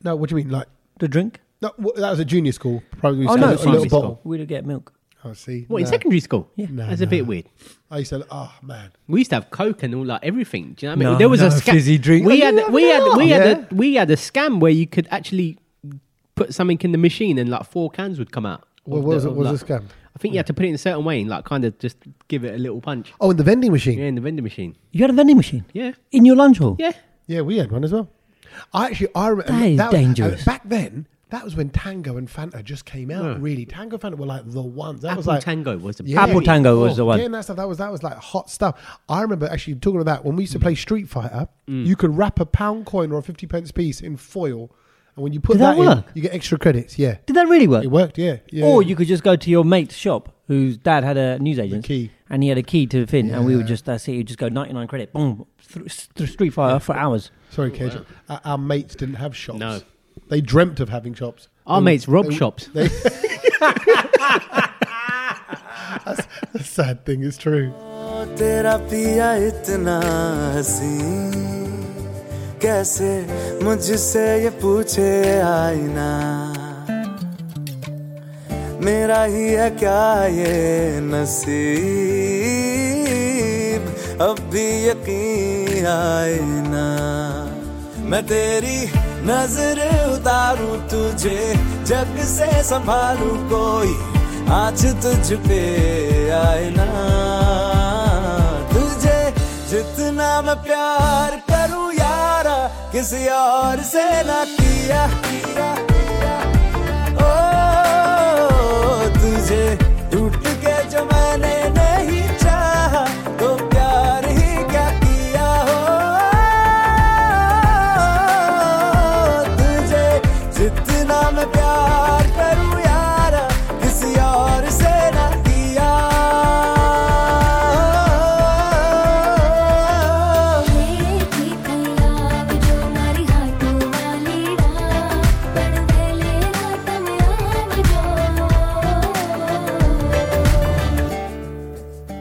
S1: No, what do you mean? Like
S4: The drink?
S1: no, wh- that was a junior school. Probably we used
S4: Oh
S1: to
S4: no,
S1: have a little
S3: primary school.
S1: bottle.
S4: we would get milk.
S1: Oh, see,
S3: What in
S1: no.
S3: secondary school?
S4: Yeah.
S1: No,
S3: that's a bit
S1: no.
S3: weird.
S1: I used to. Oh man,
S3: We used to have coke and all like everything. Do you know what I mean?
S4: No,
S3: there was
S4: no,
S3: a sca-
S4: fizzy drink.
S3: We
S4: Oh,
S3: had
S4: you
S3: we
S4: have
S3: had
S4: it
S3: we
S1: now.
S3: had
S1: Yeah.
S3: a, we had a scam where you could actually put something in the machine and like four cans would come out.
S1: What
S3: of
S1: was
S3: the-
S1: it-
S3: of,
S1: was
S3: like-
S1: the scam?
S3: I think you had to put it in a certain way and like kind of just give it a little punch.
S1: Oh, and the vending machine.
S3: Yeah, in the vending machine.
S4: You had a vending machine.
S3: Yeah.
S4: In your lunch hall.
S3: Yeah.
S1: Yeah, we had one as well. I actually, I remember
S4: That is
S1: was-
S4: dangerous.
S1: uh, back then, that was when Tango and Fanta just came out. Really, Tango and Fanta were like the ones. That was
S3: Apple
S1: like
S3: Tango was the
S1: Yeah.
S4: Apple Tango was the one.
S1: Getting that stuff, that was that was like hot stuff. I remember actually talking about that when we used to play Street Fighter.
S4: Mm.
S1: You could wrap a pound coin or a fifty pence piece in foil, and when you put
S4: Did that
S1: in,
S4: work?
S1: you get extra credits. Yeah,
S4: Did that really work?
S1: it worked. Yeah, yeah.
S4: Or you could just go to your mate's shop, whose dad had a newsagent,
S1: key.
S4: and he had a key to the thing, and we would
S1: Yeah.
S4: just that's it. You just go ninety nine credit, boom, through, through Street Fighter for hours.
S1: Sorry, Kedge. Our- Our mates didn't have shops.
S3: No.
S1: They dreamt of having shops.
S3: Our
S1: They-
S3: mates robbed
S1: they-
S3: shops.
S1: They, That's the sad thing, it's true.
S5: तेरा पिया इतना हसी कैसे मुझसे ये पूछे आईना मेरा ही है क्या ये नसीब अब भी यकीन आए ना मैं तेरी नजर उतारूं तुझे जग से संभालूं कोई आज तुझ पे आए ना तुझे जितना मैं प्यार करूं यारा किसी और से ना किया किया, किया। ओ, तुझे टूट के जो मैंने नहीं चाहा तो प्यार ही क्या किया हो तुझे जितना मैं प्यार करूं यारा किसी और से ना किया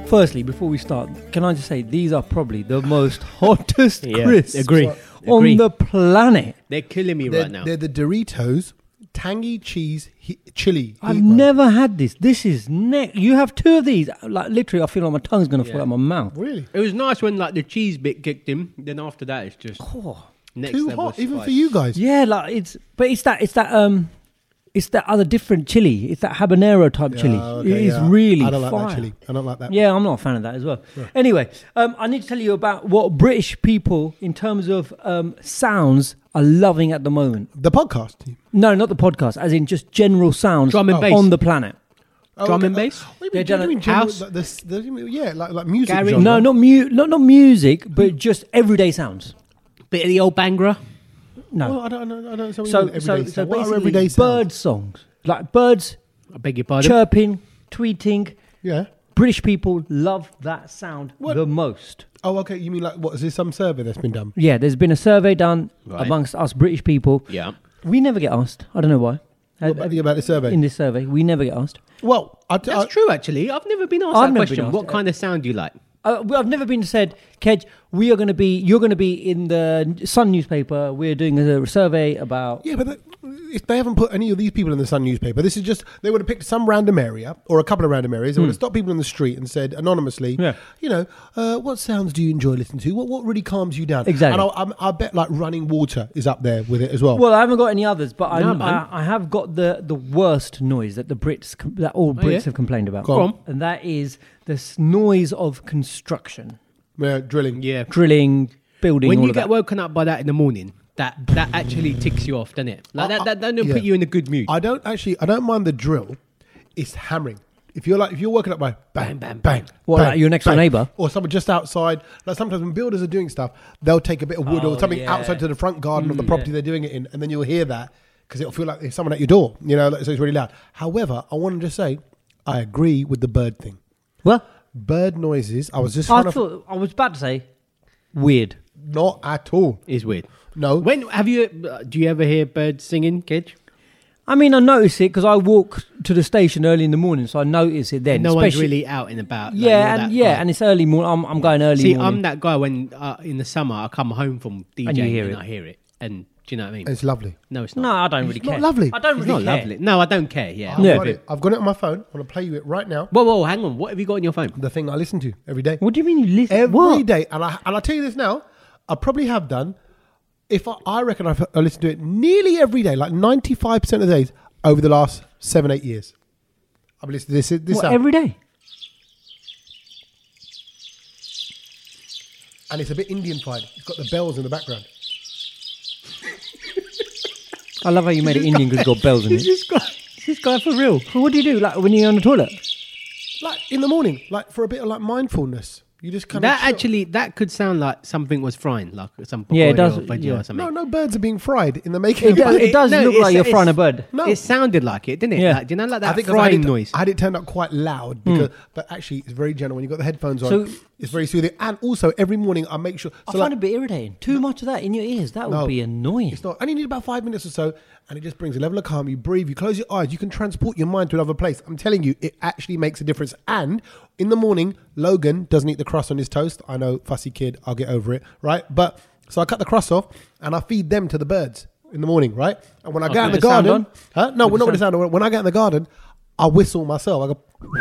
S4: Firstly, before we start, can I just say these are probably the most hottest
S3: Yeah,
S4: crisps
S3: agree.
S4: on
S3: Agree.
S4: the planet.
S3: They're killing me
S1: They're,
S3: right now.
S1: they're the Doritos tangy cheese he- chili.
S4: I've
S1: heat ones.
S4: never had this. This is neck. You have two of these. Like literally, I feel like my tongue's gonna fall out of my mouth.
S1: really
S3: It was nice when like the cheese bit kicked in. Then after that, it's just next
S1: too
S3: level
S1: hot, even
S3: spice.
S1: for you guys.
S4: Oh. Yeah, like it's but it's that it's that um, it's that other different chili. It's that habanero type chili.
S1: Ah,
S4: it
S1: okay,
S4: is
S1: yeah.
S4: really
S1: I don't like
S4: fire.
S1: that chili. I don't like that.
S4: Yeah, I'm not a fan of that as well. Anyway, um, I need to tell you about what British people, in terms of um, sounds, are loving at the moment.
S1: The podcast.
S4: No, not the podcast, as in just general sounds
S3: Drum and bass.
S4: on the planet.
S1: Oh,
S3: Drum
S1: okay.
S3: and
S1: Uh,
S3: bass?
S1: what do
S4: They're
S1: you mean, do you
S4: done
S1: mean
S4: at
S1: general-
S4: house?
S1: like this- the- yeah, like, like music.
S3: Garage.
S1: genre.
S4: No, not mu- not not music, but just everyday sounds.
S3: Bit of the old bangra.
S1: Oh,
S4: No,
S1: I don't know. I don't know.
S4: so so,
S1: what
S4: so
S1: are
S4: basically,
S1: everyday sounds?
S4: bird songs like birds
S3: I beg your pardon.
S4: chirping, tweeting.
S1: Yeah.
S4: British people love that sound
S1: What?
S4: the most.
S1: Oh, okay. You mean like what? Is this some survey that's been done?
S4: Yeah, there's been a survey done
S3: Right.
S4: amongst us British people.
S3: Yeah.
S4: We never get asked. I don't know why. Have-
S1: About, about the survey.
S4: in this survey. We never get asked.
S1: well, I, I,
S3: That's true, actually. I've never been asked
S4: Uh, I've
S3: that
S4: never been
S3: question.
S4: asked
S3: What
S4: that.
S3: kind of sound do you like?
S4: Uh, well, I've never been said, Kedge, we are going to be, you're going to be in the Sun newspaper. We're doing a survey about.
S1: Yeah, but that, if they haven't put any of these people in the Sun newspaper, this is just they would have picked some random area or a couple of random areas. They would have stopped people in the street and said anonymously,
S4: Yeah.
S1: you know, uh, what sounds do you enjoy listening to? What what really calms you down?
S4: Exactly.
S1: And I, I, I bet like running water is up there with it as well.
S4: Well, I haven't got any others, but I,
S3: No, man.
S4: I, I have got the, the worst noise that the Brits, com- that all Brits
S3: Oh, yeah?
S4: have complained about.
S1: Go on.
S4: And that is this noise of construction,
S1: Yeah, drilling.
S3: Yeah.
S4: drilling, building.
S3: When
S4: all
S3: you
S4: of
S3: get
S4: that.
S3: woken up by that in the morning, that that actually ticks you off, doesn't it? Like that, that, that don't
S1: Yeah.
S3: put you in a good mood.
S1: I don't actually. I don't mind the drill. It's hammering. If you're like if you're working up by bang bang bang,
S4: What,
S1: bang,
S4: like your next door
S1: bang,
S4: neighbour?
S1: or someone just outside. Like sometimes when builders are doing stuff, they'll take a bit of wood
S4: Oh,
S1: or something
S4: yeah. Mm,
S1: outside to the front garden of the property they're doing it in, and then you'll hear that because it'll feel like there's someone at your door. You know, like, so it's really loud. However, I want to just say, I agree with the bird thing.
S4: Well,
S1: Bird noises. I was just
S4: I
S1: trying to,
S4: thought, I was about to say, weird.
S1: not at all.
S3: Is weird.
S1: No.
S3: When have you? uh, Do you ever hear birds singing, Kedge?
S4: I mean, I notice it because I walk to the station early in the morning, so I notice it then.
S3: No one's
S4: especially-
S3: really out and about. like, you're
S4: Yeah,
S3: that
S4: and yeah,
S3: guy.
S4: and it's early morning. I'm, I'm going early
S3: See,
S4: morning.
S3: I'm that guy when uh, in the summer I come home from DJing
S4: And
S3: and,
S4: you hear it.
S3: I hear it. And do you know what I mean?
S1: It's lovely.
S3: no, it's not.
S4: no, I don't really
S1: It's
S4: care.
S1: not lovely.
S4: I don't
S3: it's
S4: really
S3: not
S4: care.
S3: lovely. No, I don't care. Yeah.
S1: I've
S4: Yeah.
S1: got it. I've got it on my phone. I'm gonna play you it right now.
S3: Whoa, whoa, hang on. What have you got on your phone?
S1: The thing I listen to every day.
S4: What do you mean you listen?
S1: Every day,
S4: what?
S1: And I and I tell you this now, I probably have done. If I, I reckon I've I listened to it nearly every day, like ninety five percent of the days over the last seven eight years. I've listened to this this
S4: What,
S1: sound.
S4: every day?
S1: and it's a bit Indian fied. It's got the bells in the background.
S4: I love how you made it Indian because it's got bells in it.
S3: this guy? Is this guy for real?
S4: But what do you do? Like when you're on the toilet?
S1: Like in the morning, like for a bit of like mindfulness. You just kind
S3: That
S1: of chill.
S3: actually, that could sound like something was frying, like some
S4: Yeah, it
S3: pakoda
S4: does,
S3: or veggie
S4: yeah.
S3: or something.
S1: No, no birds are being fried in the making.
S4: It does, it does
S3: no,
S4: look
S3: it's-
S4: like you're
S3: it's-
S4: frying a bird.
S1: No.
S3: It sounded like it, didn't it?
S4: Yeah.
S3: Like, do you know, like
S1: I
S3: that
S1: think 'cause I
S3: frying
S1: had it-
S3: noise.
S1: I had it turned up quite loud because, but actually, it's very gentle when you have got the headphones on.
S4: Hmm. So-
S1: it's very soothing, and also every morning I make sure.
S4: I
S1: so, like,
S4: find it a bit irritating. Too much of that in your ears. That would
S1: No.
S4: be annoying.
S1: It's not. Only need about five minutes or so, and it just brings a level of calm. You breathe, you close your eyes, you can transport your mind to another place. I'm telling you, it actually makes a difference. And in the morning, Logan doesn't eat the crust on his toast. I know, fussy kid, I'll get over it, right? But so I cut the crust off, and I feed them to the birds in the morning, right? And when I go out in the
S4: put the sound
S1: garden,
S4: on?
S1: huh? no, we're not going to sound on. When I get in the garden, I whistle myself. I go.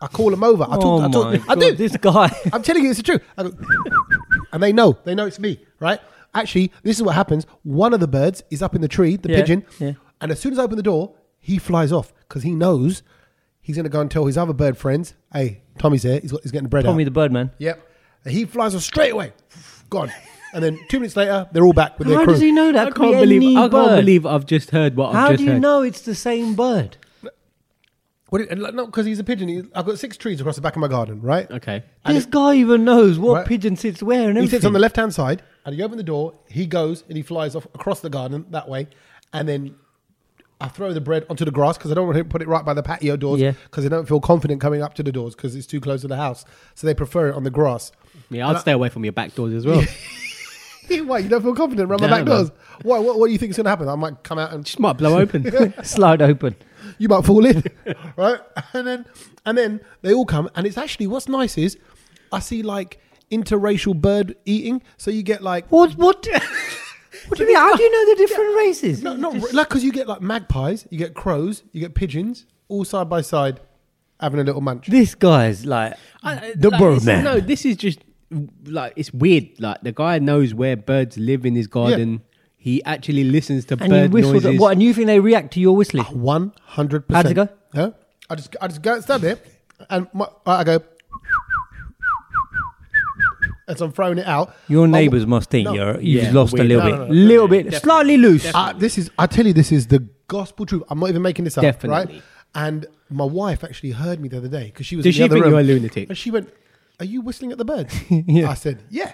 S1: I call them over. I talk.
S4: oh
S1: I, talk
S4: my
S1: I
S4: God,
S1: do.
S4: This guy.
S1: I'm telling you, it's the truth. I go, and they know, they know it's me, right? Actually, this is what happens. One of the birds is up in the tree, the
S4: Yeah,
S1: pigeon,
S4: yeah.
S1: and as soon as I open the door, he flies off because he knows he's going to go and tell his other bird friends, "Hey, Tommy's here. He's, got, he's getting the bread out."
S4: Tommy the Birdman.
S1: Yep. And he flies off straight away. Gone. And then two minutes later, they're all back with their
S4: How
S1: crew.
S4: does he know that?
S3: I
S4: Could be
S3: can't believe
S4: any
S3: I can't
S4: bird.
S3: believe I've just heard what I've
S4: How
S3: just
S4: do you
S3: heard.
S4: know it's the same bird?
S1: What do you- and like, no, because he's a pigeon. He, I've got six trees across the back of my garden, right?
S3: Okay.
S4: This guy even knows what
S1: Right.
S4: pigeon sits where and everything.
S1: He sits on the left hand side, and you open the door. He goes and he flies off across the garden that way, and then I throw the bread onto the grass because I don't want to put it right by the patio doors
S4: Yeah.
S1: because they don't feel confident coming up to the doors because it's too close to the house, so they prefer it on the grass.
S3: Yeah, I'd stay away from your back doors as well.
S1: Why you don't feel confident around my
S3: No,
S1: back
S3: man.
S1: doors? Why? What, what do you think is going to happen? I might come out and
S3: Just might blow open.
S4: Slide open.
S1: you might fall in, right? And then and then they all come, and it's actually what's nice is I see like interracial bird eating, so you get like
S4: What? What? what do you mean? How do you know the different races?
S1: no, not re- like because you get like magpies, you get crows, you get pigeons, all side by side, having a little munch.
S4: This guy's like the
S3: I- Uh, like, this is-
S4: Birdman.
S3: No, this is just like it's weird. Like the guy knows where birds live in his garden. He actually listens to
S4: and you
S3: bird
S4: whistled at
S3: noises.
S4: what? And you think they react to your whistling?
S1: One hundred percent.
S4: How'd it go?
S1: Huh? I just I just go stand there, and my, I go. As I'm throwing it out,
S4: Your
S1: I'm-
S4: neighbours must think
S1: Oh, No.
S4: you're, you've
S3: Yeah,
S4: lost a
S3: weird.
S4: little
S1: No,
S4: bit,
S1: no, no.
S4: little bit, slightly loose.
S1: Uh, this is, I tell you, this is the gospel truth. I'm not even making this up,
S3: Definitely.
S1: right? And my wife actually heard me the other day because she was.
S3: Did
S1: in the
S3: she
S1: other
S3: think
S1: room,
S3: you were a lunatic?
S1: And she went, "Are you whistling at the birds?"
S4: Yeah.
S1: I said, "Yeah."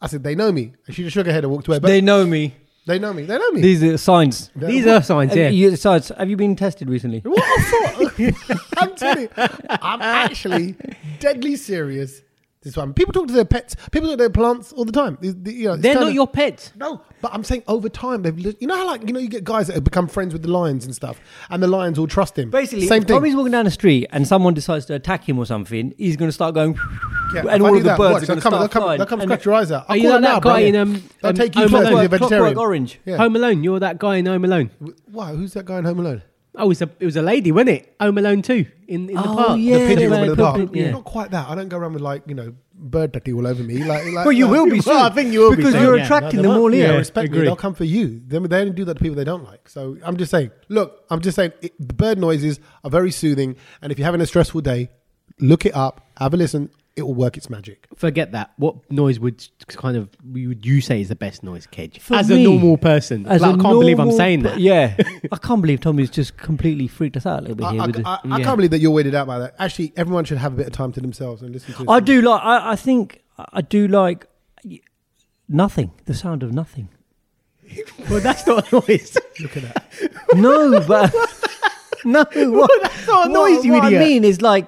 S1: I said, "They know me." And she just shook her head and walked away. But they,
S4: they know me.
S1: know me. They know me.
S4: These are signs.
S3: These are signs.
S4: Have
S3: Yeah.
S4: you, signs. Have you been tested recently?
S1: what I thought. I'm telling you, I'm actually deadly serious. This one. People talk to their pets. People talk to their plants all the time. They- they- you know, it's
S3: They're
S1: kind
S3: not
S1: of-
S3: your pets.
S1: No, but I'm saying over time they've. li- You know how like you know you get guys that have become friends with the lions and stuff, and the lions all trust him.
S4: Basically,
S1: same
S4: if
S1: thing.
S4: Tommy's walking down the street and someone decides to attack him or something, he's going to start going,
S1: Yeah, if
S4: and
S1: I
S4: all
S1: do
S4: of the
S1: that,
S4: birds
S1: watch,
S4: are going to
S1: they'll come,
S4: start
S1: they'll come,
S4: flying.
S1: they'll come
S4: And-
S1: scratch your eyes out. I'll
S3: Are you
S1: call
S3: like
S1: it
S3: that
S1: now,
S3: guy
S1: bro.
S3: in, um,
S1: They'll
S3: um,
S1: take you
S3: Home
S1: first as
S3: Alone?
S1: a
S4: Clockwork
S1: vegetarian.
S4: Orange.
S1: Yeah.
S3: Home Alone. You're that guy in Home Alone.
S1: Why? Who's that guy in Home Alone?
S3: Oh, it's a, it was a lady, wasn't it? Home Alone too in, in the
S4: Oh,
S3: park.
S4: yeah.
S1: the pigeon
S4: they
S1: woman in the
S4: put-
S1: park.
S4: put- yeah.
S1: Not quite that. I don't go around with like you know bird tatty all over me. Like, like
S4: Well, you
S1: like-
S4: will be
S1: Well,
S4: soon,
S1: I think you will be
S4: because
S1: soon.
S4: you're attracting
S1: they
S4: them
S1: won't.
S4: all in.
S1: Yeah,
S4: Yeah,
S1: respect me.
S3: agree.
S1: They'll come for you. They, they only do that to people they don't like. So I'm just saying. Look, I'm just saying. It, the bird noises are very soothing, and if you're having a stressful day, look it up, have a listen. It will work its magic.
S3: Forget that. What noise would kind of would you say is the best noise, Kedge?
S4: For
S3: as
S4: me,
S3: a normal person,
S4: as
S3: like, I
S4: a
S3: can't believe I'm
S4: normal
S3: saying
S4: per-
S3: that.
S4: Yeah, I can't believe Tommy's just completely freaked us out a little bit
S1: I,
S4: here.
S1: I,
S4: with the-
S1: I, I
S3: yeah.
S1: can't believe that you're weirded out by that. Actually, everyone should have a bit of time to themselves and listen to.
S4: I
S1: some-
S4: do like. I, I think I do like y- nothing. The sound of nothing.
S3: Well, that's not a noise.
S1: Look at that.
S4: No, but no. What,
S3: that's not
S4: what-
S3: a noise, you
S4: what
S3: idiot.
S4: I mean is like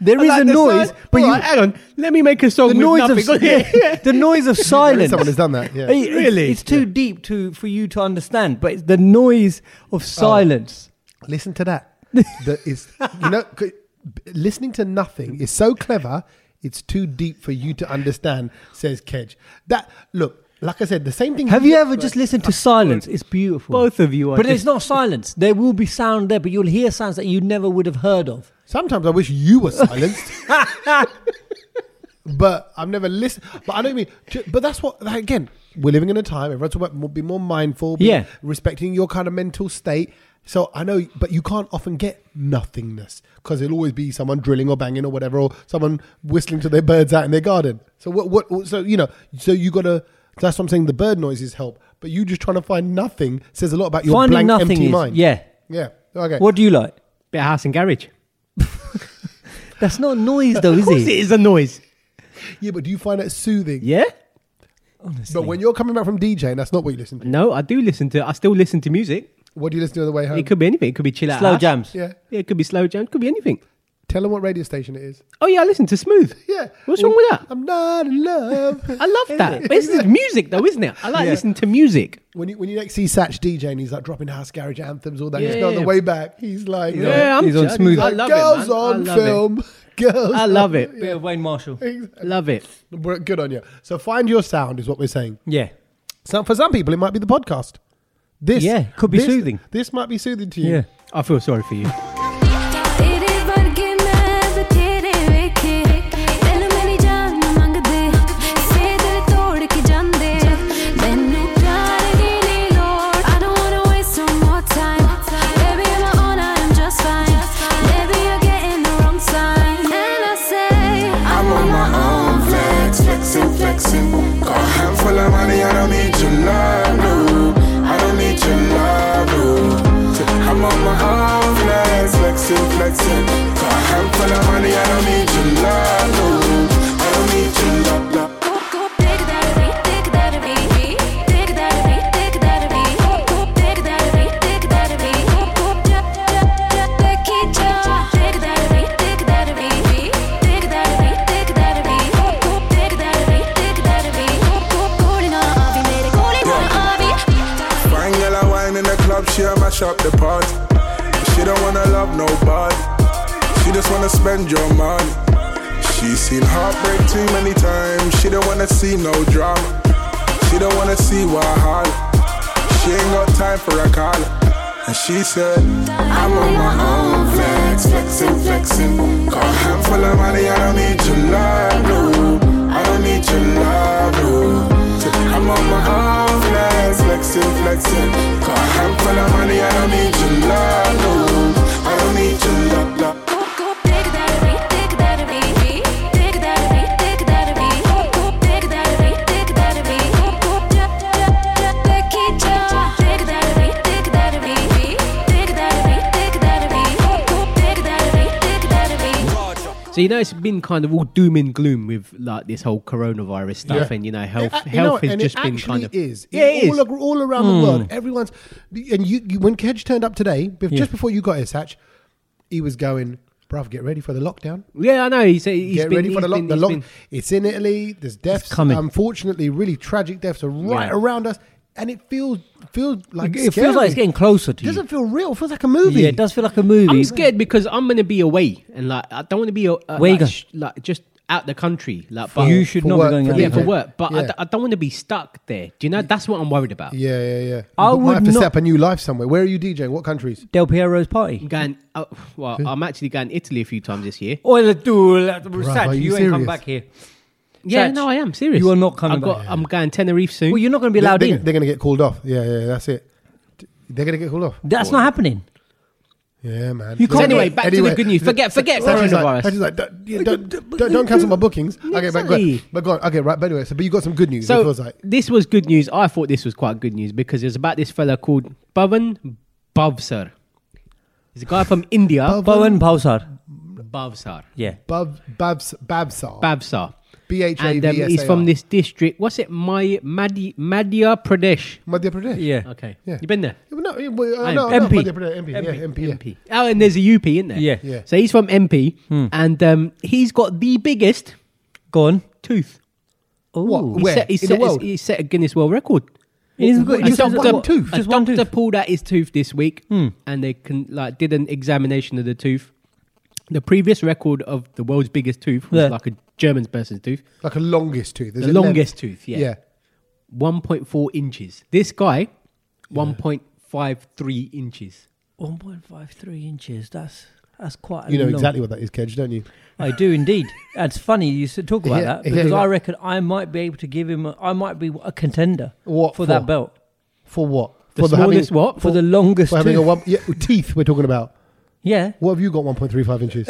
S4: there is
S3: Like
S4: a
S3: the
S4: noise,
S3: sound-
S4: but
S3: All
S4: you,
S3: right, hang on. Let me make a song
S4: the
S3: with
S4: noise
S3: nothing
S4: of
S3: on it.
S4: yeah, the noise of
S1: There is
S4: silence.
S1: Someone has done that. Yeah.
S4: It- it's-
S3: Really?
S4: it's, too deep to for you to understand. But it's the noise
S3: Oh.
S4: of silence.
S1: Listen to that. that is, you know, c- listening to nothing is so clever. It's too deep for you to understand. Says Kedge. That look, like I said, the same thing.
S4: Have you ever just listened to silence? It's beautiful.
S3: Both of you are.
S4: but
S3: just-
S4: it's not silence. There will be sound there, but you'll hear sounds that you never would have heard of.
S1: Sometimes I wish you were silenced. but I've never listened. But I don't mean. ju- But that's what like, again. We're living in a time. Everyone's talking about more- be more mindful. be
S4: Yeah.
S1: respecting your kind of mental state. So I know, but you can't often get nothingness because there'll always be someone drilling or banging or whatever, or someone whistling to their birds out in their garden. So what? What? So you know. So you gotta. That's what I'm saying. The bird noises help, but you just trying to find nothing says a lot about your
S4: Finding
S1: blank,
S4: nothing
S1: empty
S4: is-
S1: mind.
S4: yeah.
S1: Yeah. Okay.
S4: What do you like?
S3: bit of house and garage.
S4: That's not noise though,
S3: Of course,
S4: is
S3: it
S4: it?
S3: is a noise.
S1: Yeah, but do you find that soothing?
S3: Yeah.
S1: But when you're coming back from DJing, that's not what you listen to.
S3: No, I do listen to. I still listen to music.
S1: What do you listen to on the way home?
S3: It could be anything. It could be chill out.
S4: Slow
S3: house.
S4: jams.
S1: yeah.
S3: Yeah, it could be slow jam. It could be anything.
S1: Tell them what radio station it is.
S3: Oh yeah, I listen to smooth.
S1: Yeah.
S3: What's wrong with that?
S1: I'm not in love.
S3: I love that.
S1: it?
S3: But This is music though, isn't it? I like
S1: Yeah.
S3: listening to music.
S1: when you when you next see Satch DJing, he's like dropping house garage anthems, all that. He's
S3: Yeah.
S1: on the way back. He's like,
S3: Yeah, I'm
S4: he's on
S3: chugging.
S4: smooth.
S3: I
S1: like,
S3: love
S1: girls
S3: it, man.
S1: on
S3: I love
S1: film. Girls.
S3: It. I love it.
S4: Bit of Wayne Marshall.
S3: Love it.
S1: We're good on you. So find your sound is what we're saying.
S4: Yeah.
S1: So for some people, it might be the podcast. This
S4: Yeah, could be
S1: this-
S4: soothing.
S1: This might be soothing to you.
S4: Yeah.
S3: I feel sorry for you.
S6: ਤੇਰੇ ਵਰਗੇ ਮੈਂ ਬਥੇਰੇ ਵੇਖੇ ਤੈਨੂੰ ਮੇਰੀ ਜਾਨ ਮੰਗਦੇ ਸੇ ਦਿਲ ਤੋੜ ਕੇ ਜਾਂਦੇ ਮੈਨੂੰ
S7: flexing, flexing. Got a handful of money, I don't need your love, no. I don't need your love, love. Fine girl, I wine in the club, she a mash up the party. She don't wanna love nobody. She just wanna spend your money. She seen heartbreak too many times. She don't wanna see no drama. She don't wanna see Wahala. She ain't got time for a collar. And she said, I'm on my own flex, flexing, flexing. Got a handful of money, I don't need your love, no. I don't need your love, no. I'm on my own flex, flexing, flexing. Got a handful of money, I don't need your love, no. I don't need your love, love.
S3: So you know it's been kind of all doom and gloom with like this whole coronavirus stuff,
S1: Yeah.
S3: and you know health
S1: Uh, you know,
S3: health has
S1: and
S3: just
S1: it
S3: been
S1: actually
S3: kind of
S1: is.
S3: yeah it
S1: all,
S3: is. Hmm.
S1: ag- all around the world. Everyone's and you, you when Kedge turned up today, bef- just before you got here, Satch, he was going, "Bruv, get ready for the lockdown.
S3: yeah I know he said he's
S1: get
S3: been
S1: ready for
S3: he's
S1: the, lock,
S3: been-
S1: the
S3: he's
S1: lock.
S3: been-
S1: It's in Italy. There's deaths
S4: coming.
S1: Unfortunately, really tragic deaths are right
S3: Yeah.
S1: around us, and it feels feels like
S4: it feels like it's
S1: scary.
S4: getting closer to
S1: It doesn't
S4: you.
S1: feel real. It feels like a movie.
S4: Yeah, it does feel like a movie.
S3: I'm scared because I'm gonna be away and like I don't want to be uh, uh,
S4: Where you
S3: like,
S4: going?
S3: sh- like just out the country like but
S4: you should
S1: For
S4: not
S1: work,
S4: be going
S1: for
S4: out.
S3: yeah
S1: leave,
S3: for
S1: yeah.
S3: work but I
S1: Yeah.
S3: d- I don't want to be stuck there. Do you know that's what I'm worried about?
S1: Yeah, yeah, yeah. You
S4: I
S1: might
S4: would
S1: have to set
S4: not-
S1: up a new life somewhere. Where are you DJing? What countries?
S4: Del Piero's party.
S3: I'm going.
S1: Hmm.
S3: Uh, well, I'm actually going to Italy a few times this year.
S4: Oil do sad.
S1: are you
S4: You, ain't come
S1: serious?
S4: back here.
S3: Yeah,
S4: Satch,
S3: no, I am serious.
S4: you are not coming
S3: I've got,
S4: back.
S3: I'm going Tenerife soon.
S4: Well, you're not going to be allowed
S1: they're,
S4: in.
S1: they're going to get called off. Yeah, yeah, that's it. They're going to get called off.
S4: That's not happening.
S1: Yeah, man.
S4: You
S1: But
S4: can't-
S3: Anyway, back to the good news. Forget- forget
S1: Satch is like,
S3: coronavirus.
S1: Satch is like, don't, yeah, don't, don't, don't cancel my bookings. Okay, but go, on.
S3: Exactly.
S1: but go on. Okay, right. But anyway, so but you got some good news. it
S3: So
S1: feels like
S3: this was good news. I thought this was quite good news because it was about this fella called Bhavan Bhavsar. He's a guy from India.
S4: Bowen Pulsar.
S3: Bhavsar.
S4: Yeah.
S1: Bab, Babs, Babsar.
S3: Bhavsar.
S1: B H A
S3: And
S1: V
S3: um,
S1: S A R.
S3: he's from this district. What's it? My Madhya, Madhya Pradesh.
S1: Madhya Pradesh.
S4: Yeah.
S3: Okay.
S1: Yeah.
S3: you been there?
S1: Yeah, but No, yeah, well, uh,
S3: I'm
S1: no, no,
S4: MP.
S1: Madhya Pradesh, MP. Yeah, MP. yeah.
S3: MP. Oh, and there's a UP in there.
S4: Yeah.
S1: Yeah. Hmm.
S3: So he's from MP, and um, he's got the biggest
S4: Go on.
S3: tooth.
S1: What?
S4: Ooh.
S3: He
S1: Where?
S3: set, he
S1: In the
S3: set,
S1: world?
S3: He set a Guinness World Record.
S4: It isn't good.
S3: A
S4: Just
S3: doctor,
S4: one tooth.
S3: a
S4: Just one
S3: doctor
S4: tooth.
S3: pulled out his tooth this week,
S1: Hmm.
S3: and they can like did an examination of the tooth. The previous record of the world's biggest tooth was
S4: Yeah.
S3: like a German person's tooth,
S1: Like a longest tooth. Is
S3: the
S1: it length?
S3: longest tooth, yeah,
S1: Yeah.
S3: one point four inches. This guy, one point five three inches.
S4: 1.53 inches. That's that's quite a
S1: You know
S4: long-
S1: exactly what that is, Kedge, don't you?
S4: I do indeed. That's funny you should talk about
S1: Yeah,
S4: that
S1: yeah,
S4: because
S1: yeah.
S4: I reckon I might be able to give him. A, I might be a contender
S1: What
S4: for that
S1: for?
S4: belt
S1: For what?
S3: The
S1: for
S3: smallest what?
S4: for, the longest.
S1: For having a
S4: tooth.
S1: one, yeah, teeth. We're talking about.
S4: yeah,
S1: What have you got? One point three five inches.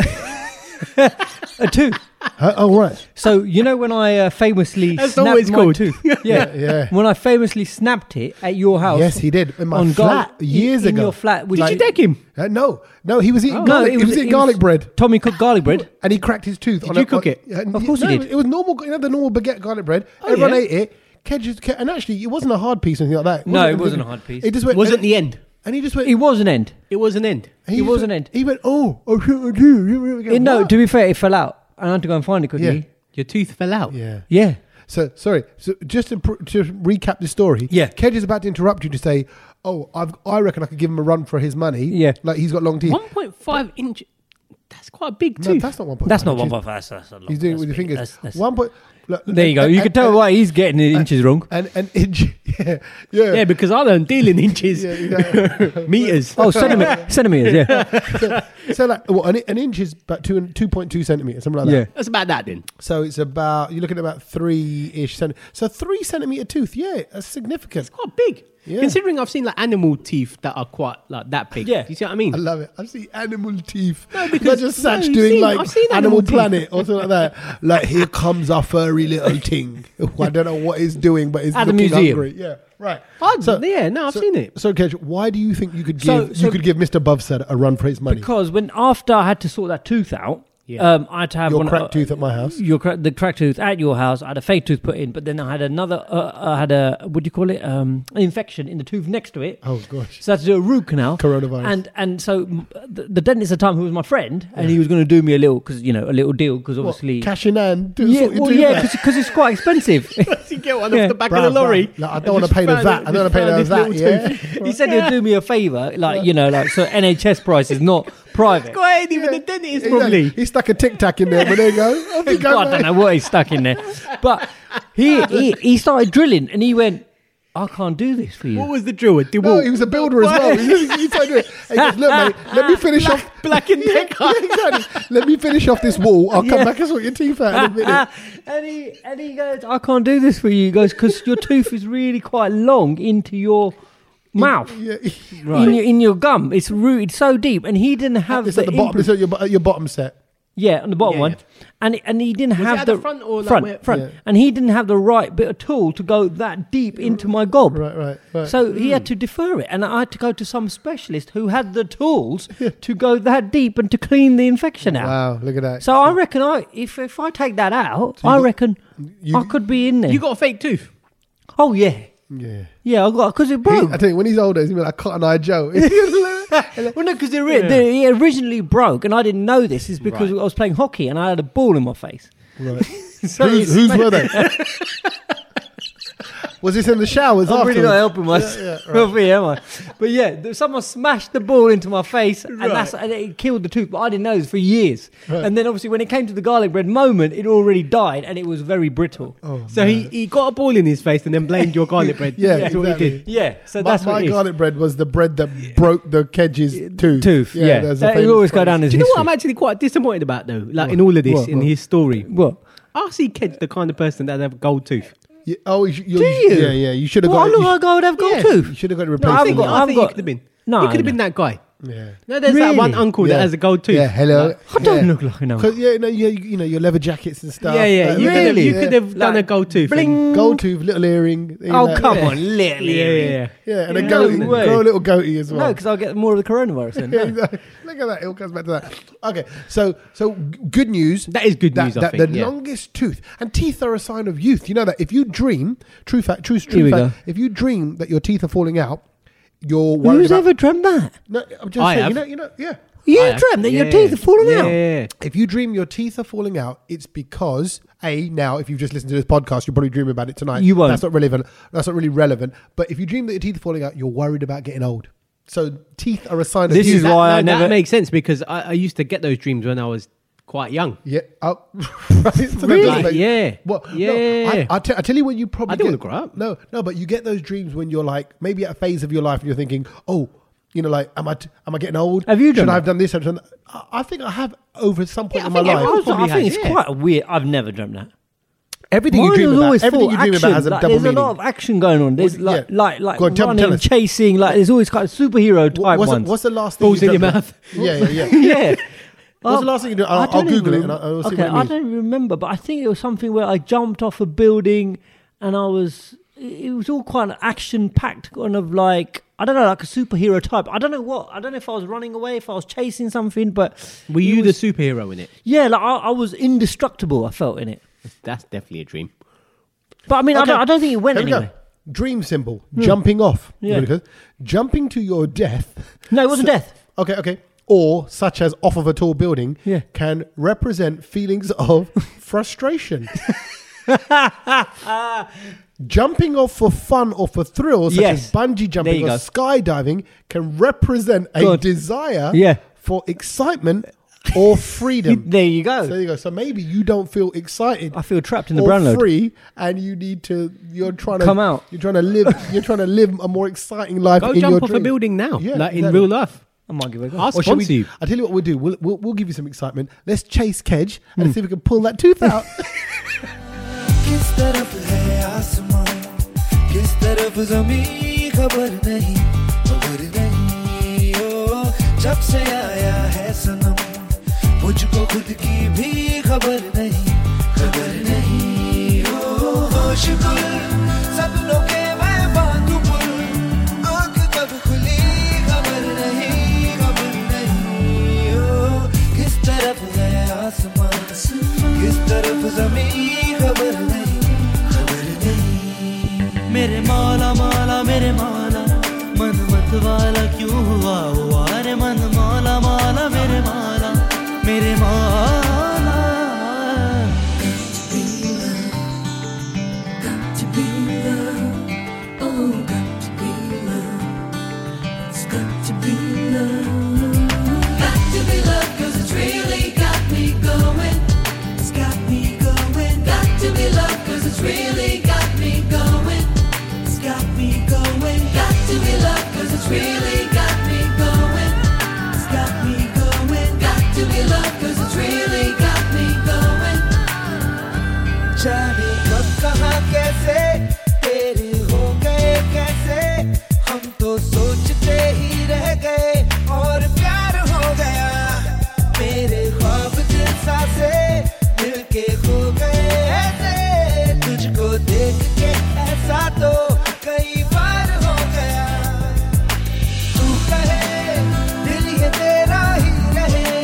S4: a tooth.
S1: huh? Oh right.
S4: So you know when I uh, famously
S3: That's
S4: snapped
S3: always
S4: my
S3: good.
S4: tooth. Yeah.
S1: yeah.
S4: When I famously snapped it at your house.
S1: Yes, he did in my
S4: on
S1: flat
S4: garlic-
S1: years
S4: in
S1: ago.
S4: your flat. Did
S1: Like-
S4: you take him?
S1: Uh, no, no, he was eating garlic.
S4: Oh, it
S1: he was eating garlic bread,
S4: Tommy cooked garlic bread.
S1: and he cracked his tooth. Did
S3: you cook it?
S4: Of course he
S1: no,
S4: did. Oh,
S1: It was normal, you know, the normal baguette garlic bread. Everyone
S3: yeah?
S1: ate it. Kedge, Ke- and actually, it wasn't a hard piece or anything like that.
S4: No, it
S1: wasn't
S4: wasn't a hard piece.
S1: It just went.
S3: Was
S1: and
S3: it the end?
S1: And he just went.
S4: It was an end.
S3: It was an end.
S1: he
S4: it
S1: just
S4: was an
S1: went-
S4: end.
S1: He went. Oh, oh, oh, oh,
S4: It- no,
S1: what?
S4: to be fair, it fell out. I had to go and find it
S1: Yeah.
S4: quickly.
S3: Your tooth fell out.
S1: yeah.
S4: Yeah.
S1: So sorry. So just to, pr- to recap the story.
S4: Yeah.
S1: Kedge is about to interrupt you to say, "Oh, I've, I reckon I could give him a run for his money."
S4: Yeah.
S1: Like he's got long teeth.
S3: One point five inch. That's quite a big
S1: No,
S3: tooth.
S1: that's not one point.
S4: That's
S1: five
S4: not one
S1: inches.
S4: by five. That's, that's a lot.
S1: He's doing it
S4: That's
S1: with your
S4: big.
S1: fingers.
S4: That's- that's-
S1: One point. look,
S4: There you go.
S1: and-
S4: You can
S1: and-
S4: tell
S1: and-
S4: why he's getting the inches wrong.
S1: And an inch. Yeah. Yeah.
S3: yeah, because I learned dealing inches,
S1: Yeah, exactly.
S3: meters.
S4: Oh, centimeters. centimeters. Yeah.
S1: so like well, an, an inch is about two and two point two centimeters, something like
S4: Yeah.
S1: that.
S3: That's about that then.
S1: So it's about you're looking at about three ish centimeters. So three centimeter tooth, yeah, that's significant.
S3: quite Oh, big.
S1: Yeah.
S3: Considering I've seen like animal teeth that are quite like that big.
S4: Yeah.
S3: You see what I mean?
S1: I love it. I see animal teeth. No,
S3: because-
S1: just
S3: no,
S1: Satch
S3: you've
S1: doing
S3: seen-
S1: like
S3: I've seen
S1: Animal,
S3: animal teeth.
S1: Planet or something like that. Like here comes our furry little thing. I don't know what it's doing, but it's
S4: At the
S1: looking
S4: museum.
S1: hungry. Yeah. Right.
S3: I'd- yeah, no, I've
S1: so-
S3: seen it.
S1: So, Kedge, why do you think you could give
S4: So- so-
S1: you could give Mr. Bovsad a run for his money?
S4: Because when after I had to sort that tooth out,
S3: Yeah.
S4: um, I had to have
S1: Your
S4: one,
S1: cracked tooth at my house.
S4: Your crack, the cracked tooth at your house. I had a fake tooth put in, but then I had another. Uh, I had a what do you call it? Um, an infection in the tooth next to it.
S1: Oh, gosh.
S4: So I had to do a root canal.
S1: Coronavirus.
S4: And and so mm, the, the dentist at the time who was my friend, and he was going to do me a little because you know a little deal because
S1: What,
S4: obviously.
S1: cash in hand. do-
S4: yeah,
S1: sort your
S4: well,
S1: tooth
S4: yeah,
S1: out?
S4: because it's quite expensive.
S3: you get one
S4: Yeah.
S3: off the back
S1: Bruh,
S3: of the lorry.
S1: bruh, like, I don't want to pay them that. I don't want to pay them that. Yeah.
S4: he said he'd do me a favour, like you know, like so NHS price is not private.
S3: Go ahead, even the dentist
S1: Exactly.
S3: probably.
S1: He stuck a tic tac in there, but there you go. Off you go,
S4: God, I don't
S1: mate.
S4: know what he's stuck in there. But he, he he started drilling and he went, I can't do this for
S3: What
S4: you.
S3: was the drill? The
S1: No,
S3: wall-
S1: he was a builder as well. He, he told me, he goes, look, mate, let me finish off.
S3: Black and Decker.
S1: Yeah, exactly. Let me finish off this wall. I'll come
S4: Yeah.
S1: back and sort your teeth out in a minute.
S4: Ah, and he and he goes, I can't do this for you. He goes because your tooth is really quite long into your mouth,
S1: Yeah.
S4: in your in your gum. It's rooted so deep, and he didn't have
S1: It's at the bottom.
S4: implant-
S1: It's at your, bo- at your bottom set.
S4: Yeah, on the bottom
S3: Yeah,
S4: one,
S3: yeah.
S4: and and he didn't
S3: it
S4: have
S3: at
S4: the,
S3: the front or, like,
S4: front,
S3: where-
S4: front.
S1: Yeah.
S4: and he didn't have the right bit of tool to go that deep into my gob.
S1: Right, right, right.
S4: So he
S3: Hmm.
S4: had to defer it, and I had to go to some specialist who had the tools to go that deep and to clean the infection out.
S1: Wow, look at that.
S4: So I reckon I if if I take that out, I
S1: got-
S4: reckon
S1: you-
S4: I could be in there.
S3: You got a fake tooth.
S4: oh yeah,
S1: yeah.
S4: yeah, I got because it
S1: He-
S4: broke.
S1: I tell you, when he's older, he's gonna be like Cotton Eye Joe.
S4: Well, no, because they it originally broke, and I didn't know this. Is because I was playing hockey and I had a ball in my face. So
S1: who's,
S4: it's-
S1: whose were they? Was this in the showers
S4: I'm Oh, really not
S1: afterwards?
S4: helping myself here, am I? But yeah, th- someone smashed the ball into my face, and that's and it killed the tooth. But I didn't know this for years. And then obviously, when it came to the garlic bread moment, it already died, and it was very brittle.
S3: So he, he got a ball in his face and then blamed your garlic bread.
S1: Oh, Yeah,
S3: that's what he
S1: exactly.
S3: did.
S4: Yeah,
S1: My,
S4: so Oh, that's what
S1: my
S4: it is.
S1: garlic bread was the bread that broke the Kedge's tooth.
S4: Tooth, yeah,
S1: there's a
S4: that, it
S1: famous
S4: will always go
S1: phrase.
S4: down as
S3: Do you know
S4: history.
S3: what I'm actually quite disappointed about though? Like in all of this,
S1: What?
S3: in
S1: What?
S3: his story,
S4: What?
S3: I see Kedge the kind of person that have a gold tooth.
S1: Yeah, oh, you, you,
S4: Do you?
S1: Yeah, yeah. You should have
S4: Well,
S1: got.
S4: I
S1: it-
S4: look
S1: you
S4: like I would have got
S3: Yeah.
S1: You
S4: tooth.
S1: should have got it
S4: No,
S1: replaced.
S4: I've
S3: I think,
S4: got-
S3: I
S4: I've
S3: think
S4: got-
S3: he could have been.
S4: No,
S3: he could have been
S4: no.
S3: that guy.
S1: yeah.
S3: No, there's that one
S4: Really?
S3: uncle that has a gold tooth.
S1: Yeah, hello.
S4: I don't
S1: Yeah.
S4: look like an uncle.
S1: 'Cause, yeah, no, yeah, you, you know your leather jackets and stuff.
S3: Yeah, yeah.
S1: Like,
S3: You
S1: look
S3: could
S1: at
S3: have,
S1: it,
S3: you
S1: yeah.
S3: could have done a
S4: Like,
S3: gold tooth.
S4: bling.
S1: gold tooth, little earring. you
S4: Oh
S1: know,
S4: come
S1: yeah.
S4: on,
S3: And,
S4: little
S3: yeah,
S4: ear.
S3: yeah, yeah.
S1: Yeah, and a
S4: No
S1: goatee,
S4: way.
S1: grow a little goatee as well.
S4: No, because I'll get more of the coronavirus. Then.
S1: Yeah, exactly. Look at that. It all comes back to that. Okay, so so g- good news.
S3: That is good news, I
S1: that
S3: think,
S1: the
S3: yeah.
S1: longest tooth and teeth are a sign of youth. You know that if you dream, true fact, true,
S4: Here
S1: true
S4: we
S1: fact.
S4: go.
S1: If you dream that your teeth are falling out, you're worried
S4: Who's
S1: about.
S4: ever dreamt that?
S1: no, I'm just
S3: I
S1: saying.
S3: have.
S1: You know, you know, yeah.
S4: You
S3: I have.
S4: dreamt that your
S3: Oh, Yeah.
S4: teeth are falling out.
S3: Yeah.
S1: If you dream your teeth are falling out, it's because a now if you've just listened to this podcast, you're probably dreaming about it tonight.
S4: You won't.
S1: That's not relevant. That's not really relevant. But if you dream that your teeth are falling out, you're worried about getting old. So teeth are a sign
S4: This
S1: of
S4: is
S1: youth.
S3: That,
S4: why
S3: no,
S4: I never-
S3: that makes sense because I, I used to get those dreams when I was quite young.
S1: Yeah. Oh, right. So
S3: Really?
S1: that's like-
S3: Yeah.
S1: Well, no,
S3: Yeah.
S1: I, I, te- I tell you when you probably
S3: I don't
S1: get-
S3: wanna grow up.
S1: No, no, but you get those dreams when you're like maybe at a phase of your life and you're thinking, oh, you know, like am I t- am I getting old?
S4: Have you
S1: Should
S4: done
S1: I have
S4: that?
S1: done this? Have I done that? I, I think I have over some point in
S3: Yeah, I
S1: my
S3: think
S1: life.
S3: everyone-
S4: Also, I
S3: Probably
S4: think
S3: has,
S4: it's
S3: yeah.
S4: quite weird. I've never dreamt that.
S1: Everything you
S4: Mine
S1: dream
S4: was
S1: about,
S4: always
S1: everything
S4: full
S1: you dream
S4: action.
S1: about has a
S4: like,
S1: double
S4: there's
S1: meaning.
S4: a lot of action going on. There's
S1: Well,
S4: like
S1: yeah.
S4: like like
S1: Go on, tell-
S4: running,
S1: tell us.
S4: chasing. Like there's always kind of superhero
S1: Wha-
S4: type
S1: what's, the,
S4: ones.
S1: what's the last thing?
S3: Balls
S1: you
S3: in your
S1: dreamt
S3: mouth.
S1: about? Yeah, yeah, yeah.
S4: yeah.
S1: What's the last thing you do? I'll-
S4: I
S1: I'll
S4: don't
S1: Google it
S4: even
S1: and I'll- I'll see
S4: okay,
S1: what it
S4: I
S1: means.
S4: don't even remember, but I think it was something where I jumped off a building, and I was. It was all quite action packed, kind of like I don't know, like a superhero type. I don't know what. I don't know if I was running away, if I was chasing something, but
S3: Were
S4: it
S3: you
S4: was-
S3: the superhero in it?
S4: Yeah, like I, I was indestructible. I felt in it,
S3: That's definitely a dream.
S4: but I mean, I,
S1: Okay.
S4: don't, I don't think it went
S1: There we go.
S4: anywhere.
S1: Dream symbol: jumping off.
S4: Yeah.
S1: Jumping to your death.
S4: No, it wasn't death.
S1: Okay, okay. Or such as off of a tall building
S4: Yeah.
S1: can represent feelings of frustration. jumping off for fun or for thrill, such
S4: Yes.
S1: as bungee
S4: There
S1: jumping
S4: you
S1: or
S4: go.
S1: skydiving, can represent a
S4: Good.
S1: desire
S4: Yeah.
S1: for excitement or
S3: um,
S1: freedom.
S4: There you go.
S1: So there you go. So maybe you don't feel excited.
S4: I feel trapped in the
S1: or
S4: brown load.
S1: free, and you need to. You're trying to
S4: Come out.
S1: You're trying to live. You're trying to live a more exciting life.
S3: Go
S1: in your
S3: Oh, jump off a
S1: dream.
S3: building now,
S1: Yeah,
S3: like in
S1: exactly.
S3: real life.
S4: I might give it a go.
S3: I'll
S1: Or should
S3: sponsor you.
S1: I tell you what we'll do. We'll, we'll, we'll give you some excitement. Let's chase Kedge
S4: Hmm.
S1: and see if we can pull that tooth out.
S5: किस तरफ है आसमां किस तरफ जमीन खबर नहीं खबर नहीं ओ जब से आया है सनम मुझको खुद की भी खबर नहीं खबर नहीं ओ होश कुल सपनों के मैं बांधू क्यों हुआ हुआ रे मन मौला मौला मेरे मौला मेरे मौला
S8: Really got me going. It's got me going. Got to be love 'cause it's really got me going. It's got me going. Got to be love 'cause it's really got me going.
S5: जाने कब कहा कैसे तेरे हो गए कैसे हम तो सोचते ही रह गए और प्यार हो गया मेरे ख्वाब जैसा से दिल के हो गए ऐसे तुझको देख के ऐसा तो कई बार हो गया तू कहे दिल ये तेरा ही रहे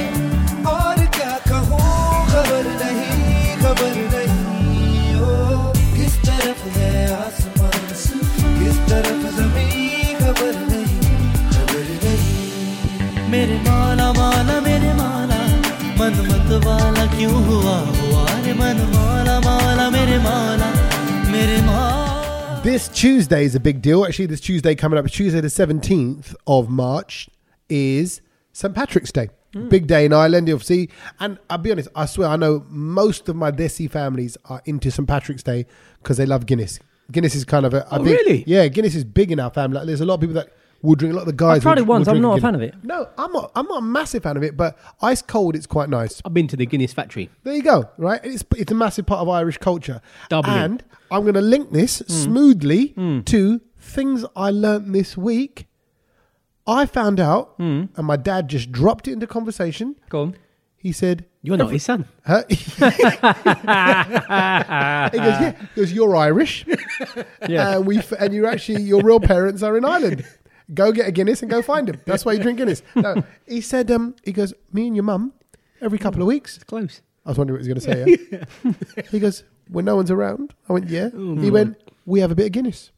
S5: और क्या कहूँ खबर नहीं खबर नहीं ओ किस तरफ है आसमान किस तरफ जमीन खबर नहीं खबर नहीं मेरे माला माला मेरे माला मन मत वाला क्यों हुआ हुआ रे मन माला माला मेरे माला मेरे माला
S1: This Tuesday is a big deal. Actually, this Tuesday coming up, Tuesday the 17th of March, is St. Patrick's Day.
S4: Hmm.
S1: Big day in Ireland, you'll see. And I'll be honest, I swear, I know most of my Desi families are into St. Patrick's Day because they love Guinness. Guinness is kind of a. I
S3: Oh,
S1: think-
S3: really?
S1: Yeah, Guinness is big in our family. Like, there's a lot of people that will drink, a lot of the guys.
S4: tried
S1: will-
S4: it once,
S1: will
S4: I'm
S1: drink
S4: not a fan of
S1: Guinness.
S4: it.
S1: No, I'm not, I'm not a massive fan of it, but ice cold, it's quite nice.
S3: I've been to the Guinness factory.
S1: There you go, right? It's it's a massive part of Irish culture.
S3: Dublin.
S1: And I'm going to link this smoothly to things I learnt this week. I found out, and my dad just dropped it into conversation.
S4: Go on.
S1: He said,
S3: You're not his son.
S1: huh? he goes, yeah. He goes, you're Irish,
S4: Yeah.
S1: and we f- and you're actually your real parents are in Ireland. Go get a Guinness and go find them. That's why you drink Guinness. No, he said, um, he goes, me and your mum, every couple of weeks,
S3: Close.
S1: I was wondering what he was going to say. Yeah. he goes, when no one's around. I went, yeah. he went, we have a bit of Guinness.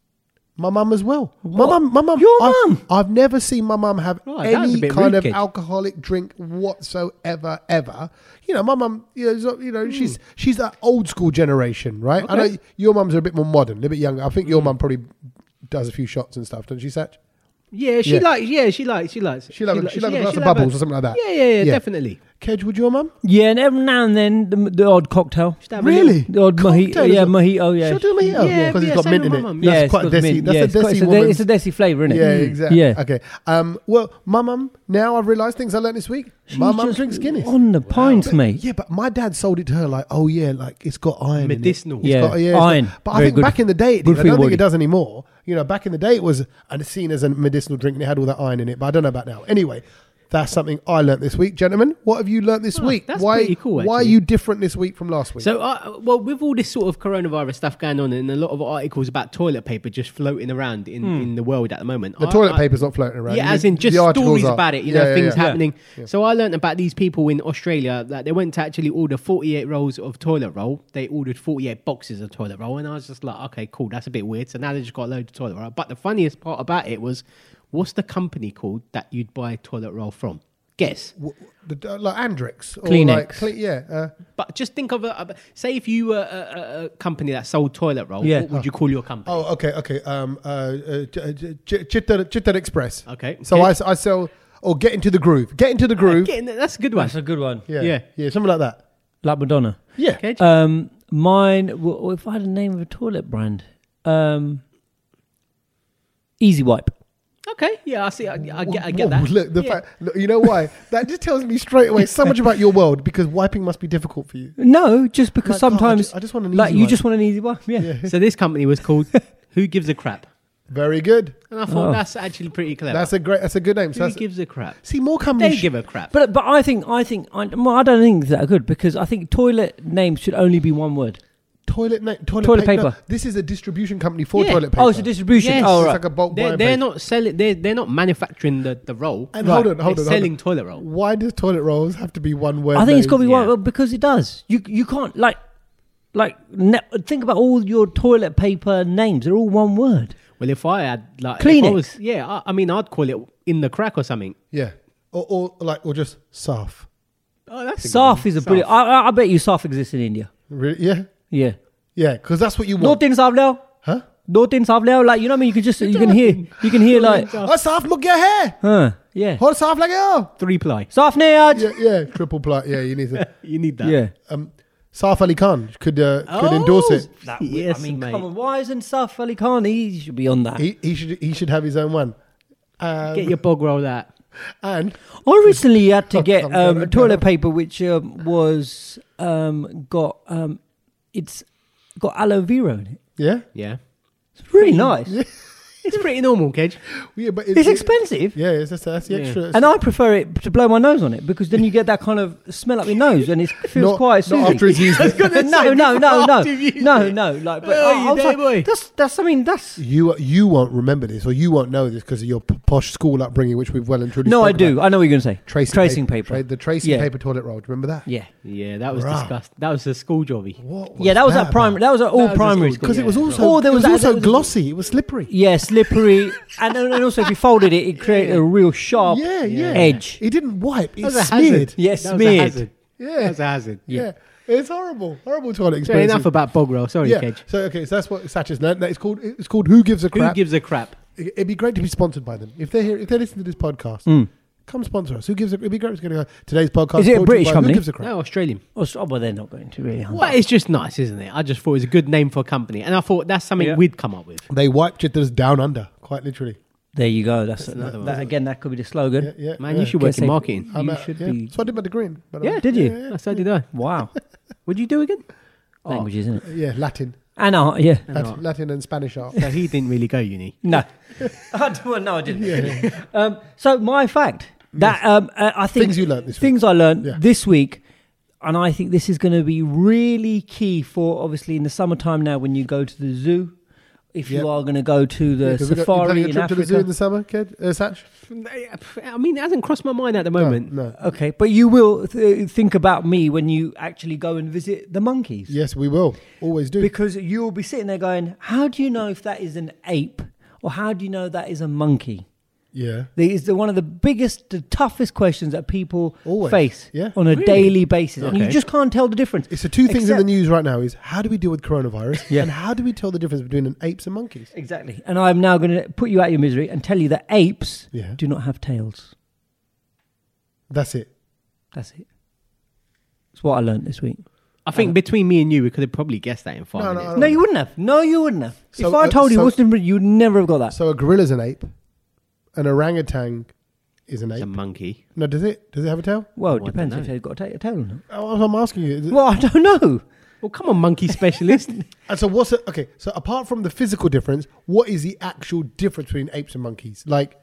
S1: My mum as well. My mum, my mum.
S4: Your
S1: I've-
S4: mum?
S1: I've never seen my mum have
S3: Oh, that was a
S1: any
S3: bit
S1: kind
S3: rude,
S1: of
S3: kid.
S1: alcoholic drink whatsoever, ever. You know, my mum. You know, so- you know she's she's that old school generation, right? I know your mums are a bit more modern, a little bit younger. I think your mum probably does a few shots and stuff, doesn't she, Satch?
S3: Yeah, she
S1: Yeah.
S3: likes. Yeah, she likes. She likes.
S1: She likes-
S3: li-
S1: she likes a
S3: yeah,
S1: glass
S3: she
S1: of
S3: likes
S1: bubbles or something like that.
S3: Yeah, yeah, yeah,
S1: Yeah.
S3: definitely.
S1: Kedge, would your mum?
S4: Yeah, and every now and then the, the odd cocktail.
S3: She'd have a
S1: Really?
S3: little-
S4: The odd
S1: Cocktail
S4: mojito.
S1: is
S4: Yeah,
S1: what-
S4: mojito. Yeah.
S1: She'll do me
S3: Yeah,
S1: because
S3: yeah,
S1: it's got
S3: same
S1: mint
S3: with
S1: in
S3: my
S1: it.
S3: mum,
S1: That's
S4: yeah, it's
S1: quite
S4: got
S1: desi.
S4: mint.
S1: That's
S4: yeah,
S1: a
S4: it's got-
S1: desi
S4: it's a, de-
S1: woman's
S4: it's a desi flavour, isn't it?
S1: Yeah, exactly.
S4: Yeah.
S1: Okay. Um, well, my mum, now I've realised things I learned this week. my
S4: She's
S1: mum
S4: just
S1: drinks Guinness.
S4: On the pint, mate.
S1: Yeah, but my dad sold it to her like, oh yeah, like it's got iron. in it.
S3: Medicinal.
S1: It's
S4: Yeah.
S1: got- it's got-
S4: Iron.
S1: but I
S4: Very
S1: think
S4: good.
S1: back in the day, it did.
S4: Good
S1: I
S4: for your
S1: don't think it
S4: body.
S1: does anymore. You know, back in the day, it was and it's seen as a medicinal drink and it had all that iron in it, but I don't know about now. Anyway. That's something I learnt this week, gentlemen. What have you learnt this
S3: Oh,
S1: week?
S3: that's
S1: why,
S3: pretty cool,
S1: Why are
S3: actually.
S1: you different this week from last week?
S3: So, uh, well, with all this sort of coronavirus stuff going on, and a lot of articles about toilet paper just floating around in, in the world at the moment,
S1: Hmm. the
S3: I-
S1: toilet
S3: I-
S1: paper's not floating around.
S3: Yeah,
S1: You
S3: as
S1: mean
S3: in just
S1: the articles
S3: stories
S1: are.
S3: about it, you
S1: Yeah,
S3: know,
S1: yeah,
S3: things
S1: yeah.
S3: happening. So I learned about these people in Australia that they went to actually order 48 rolls of toilet roll. They ordered 48 boxes of toilet roll, and I was just like, okay, cool, that's a bit weird. So now they just got a load of toilet roll. But the funniest part about it was, what's the company called that you'd buy toilet roll from? Guess.
S1: W- the, uh, like Andrex, or
S4: Kleenex.
S1: like, Cle- yeah, uh,
S3: But just think of a, a- say if you were a, a, a company that sold toilet roll,
S4: Yeah.
S3: what would you call your company?
S1: Oh, okay, okay. Um, uh, uh, J- J- J- Chitta Chitta Express.
S3: Okay,
S1: Oh. So
S3: okay.
S1: I, s- I sell or get into the groove. Get into the groove.
S3: Getting- that's a good one.
S4: That's a good one.
S1: yeah, yeah,
S3: yeah.
S1: something like that.
S4: Like Madonna.
S1: Yeah.
S3: Okay.
S4: Um, mine. w- w- If I had a name of a toilet brand, um, Easy Wipe.
S3: Okay, yeah, I see. I, I get, I
S1: Whoa,
S3: get that.
S1: Look, the
S3: Yeah.
S1: fact. Look, you know why? that just tells me straight away so much about your world because wiping must be difficult for you.
S4: No, just because
S1: Like, God, I
S4: sometimes
S1: ju- I just want an
S4: like
S1: easy
S4: you
S1: wipe.
S4: just want an easy wipe. Yeah.
S3: So this company was called Who Gives a Crap,
S1: Very good.
S3: and I thought
S4: Oh.
S3: that's actually pretty clever.
S1: That's a great. That's a good name. So
S3: Who
S1: that's,
S3: gives a crap?
S1: see more companies.
S3: They
S1: sh-
S3: give a crap.
S4: But but I think I think I, well, I don't think it's that good because I think toilet names should only be one word.
S1: toilet na- toilet,
S4: Toilet
S1: paper.
S4: paper.
S1: this is a distribution company for
S3: Yeah.
S1: toilet paper.
S4: Oh, it's a distribution.
S3: Yes.
S4: Oh,
S1: It's
S4: right.
S1: like a bulk
S3: they're,
S1: buying
S3: they're
S1: place.
S3: not selling. They're they're not manufacturing the the roll.
S1: And hold
S4: Right.
S1: on, hold
S3: They're
S1: on. hold
S3: selling
S1: on.
S3: toilet roll.
S1: Why does toilet rolls have to be one word?
S4: I think it's got to be
S1: names?
S4: one
S3: yeah.
S4: because it does. You you can't like Like, ne- think about all your toilet paper names. They're all one word.
S3: Well, if I had like if I
S4: Kleenex.
S3: was- yeah, I, I mean, I'd call it in the crack or something.
S1: Yeah. Or, or like, or just Saf.
S3: Oh, that's a good
S4: Saf
S3: one.
S4: is a brilliant. I, I, I bet you Saf exists in India.
S1: Really? Yeah.
S4: Yeah.
S1: Yeah, because that's what you
S4: No
S1: want.
S4: tin Saf now.
S1: huh?
S4: No tin Saf now. Like, you know what I mean? You can just, you can hear, you can hear like,
S1: Oh, Saf mug your hair.
S4: huh, yeah.
S1: Hold Saf like oh.
S3: three ply.
S4: Saf ne aaj.
S1: Yeah, yeah. Triple plot. Yeah, you need to.
S3: You need that.
S4: Yeah.
S1: Um, Saf Ali Khan could uh, could
S3: Oh,
S1: endorse it.
S3: yes, mate.
S4: Come on, why isn't Saf Ali Khan? He should be on that.
S1: He, he should he should have his own one.
S3: Get your bog roll out.
S1: And
S4: I recently had to get
S1: I'm
S4: um,
S1: gonna-
S4: toilet paper, which um, was um, got um, it's got aloe vera in it.
S1: yeah,
S3: Yeah.
S4: It's really nice.
S3: It's pretty normal, Kedge.
S1: yeah, but
S4: It's expensive,
S1: Yeah, it's, that's, that's the extra.
S4: and I prefer it to blow my nose on it because then you get that kind of smell up your nose, and it feels
S1: not,
S4: quite
S1: not
S4: soothing.
S1: after he's used it.
S4: no, no, no, no,
S3: after you've used
S4: no,
S3: it.
S4: no. Like, but
S3: Oh,
S4: I- I
S3: you
S4: was
S3: day
S4: like,
S3: boy.
S4: that's that's. I mean, that's.
S1: You you won't remember this, or you won't know this because of your p- posh school upbringing, which we've well and truly.
S4: No, I
S1: spoken
S4: do.
S1: about.
S4: I know what you're going to say.
S1: Tracing,
S4: tracing paper.
S1: Tra- the tracing
S4: Yeah.
S1: paper toilet roll. Do you remember that?
S4: Yeah.
S3: Yeah, that was
S1: Bruh.
S3: disgusting. That was a school jobby.
S1: What
S4: Yeah, that was at primary. That was at all
S3: was at
S4: primary
S3: school,
S4: school.
S1: Because it was
S3: Yeah.
S1: also.
S4: Oh, there
S1: it
S4: was
S1: was, also
S4: that- there was a-
S1: glossy. It was slippery.
S4: Yeah, slippery, and and also if you folded it, it created a real sharp
S1: Yeah, yeah.
S4: edge.
S1: It didn't wipe. It
S3: That was a
S1: smeared.
S3: hazard.
S4: Yeah,
S3: That was a
S4: smeared.
S3: hazard.
S1: Yeah.
S3: That was a hazard.
S1: yeah. It's horrible. Horrible toilet
S3: So
S1: experience.
S3: enough about bog roll. Sorry,
S1: Yeah.
S3: Kedge.
S1: So okay, so that's what Satch's learned. It's called. It's called Who Gives a
S3: Who
S1: Crap.
S3: gives a crap?
S1: It- It'd be great to be sponsored by them. If they're here, if they listen to this podcast, come sponsor us. Who gives a it'd be great to go today's podcast.
S4: Mm. Is it a
S1: brought to you
S4: British
S1: by
S4: company?
S1: Who gives a crap?
S3: No, Australian.
S4: Oh, so- oh, well, they're not going to really. are they?
S3: But it's just nice, isn't it? I just thought it was a good name for a company, and I thought that's something
S4: Yeah.
S3: we'd come up with.
S1: They wiped it as down under, quite literally.
S4: There you go. That's,
S3: another
S4: that,
S3: one.
S4: that- again. That could be the slogan.
S1: Yeah, yeah.
S3: Man,
S1: yeah.
S3: you should work
S4: Guess
S3: in
S4: they-
S3: marketing.
S1: I'm
S4: you
S1: out,
S4: should
S1: yeah.
S4: be-
S1: So I did my degree. in, But uh,
S4: Yeah, did you?
S1: Yeah,
S3: That's how did I.
S4: Wow,
S3: What'd you do again?
S4: language isn't it?
S1: yeah, Latin,
S4: And art, yeah.
S1: Latin, Latin Oh. and Spanish art.
S3: So he didn't really go uni.
S4: No, I do- well, no, I didn't. Um, so my fact that um, uh, I think
S1: Things you learnt this week.
S4: things I learned
S1: Yeah.
S4: this week, and I think this is going to be really key for obviously in the summertime now when you go to the zoo. If
S1: Yep.
S4: you are going to go to the
S1: Yeah, 'cause we got- you
S4: safari
S1: planning a
S4: in
S1: trip to
S4: Africa,
S1: the zoo in the summer, kid? Uh, Satch?
S3: I mean, it hasn't crossed my mind at the
S1: No,
S3: moment.
S1: no.
S4: Okay, but you will th- think about me when you actually go and visit the monkeys.
S1: Yes, we will. Always do.
S4: Because you will be sitting there going, how do you know if that is an ape or how do you know that is a monkey?
S1: yeah.
S4: That is the, one of the biggest, the toughest questions that people
S1: Always,
S4: face
S1: yeah.
S4: on a
S1: Really?
S4: daily basis. And you
S3: Okay.
S4: just can't tell the difference.
S1: It's the two things in
S4: Except-
S1: the news right now is how do we deal with coronavirus
S4: Yeah.
S1: and how do we tell the difference between an apes and monkeys?
S4: Exactly. And I'm now going to put you out of your misery and tell you that apes
S1: Yeah.
S4: do not have tails.
S1: That's it.
S4: That's it. That's what I learned this week.
S3: I think between me and you, we could have probably guessed that in five
S1: No, no,
S3: minutes.
S1: I
S4: No, you wouldn't have. No, you wouldn't have.
S1: So,
S4: if I
S1: uh,
S4: told you
S1: so-
S4: what's the difference, you'd never have got that.
S1: So a gorilla's an ape, an orangutan is an
S3: It's
S1: ape.
S3: a monkey.
S1: No, does it? Does it have a tail?
S4: Well, it
S3: Well, I
S4: depends
S3: dunno.
S4: if they've got a ta- a tail or not.
S1: Oh, I'm asking you. Is it-
S4: Well, I don't know.
S3: Well, come on, monkey specialist.
S1: And so what's the, okay? So apart from the physical difference, what is the actual difference between apes and monkeys? Like,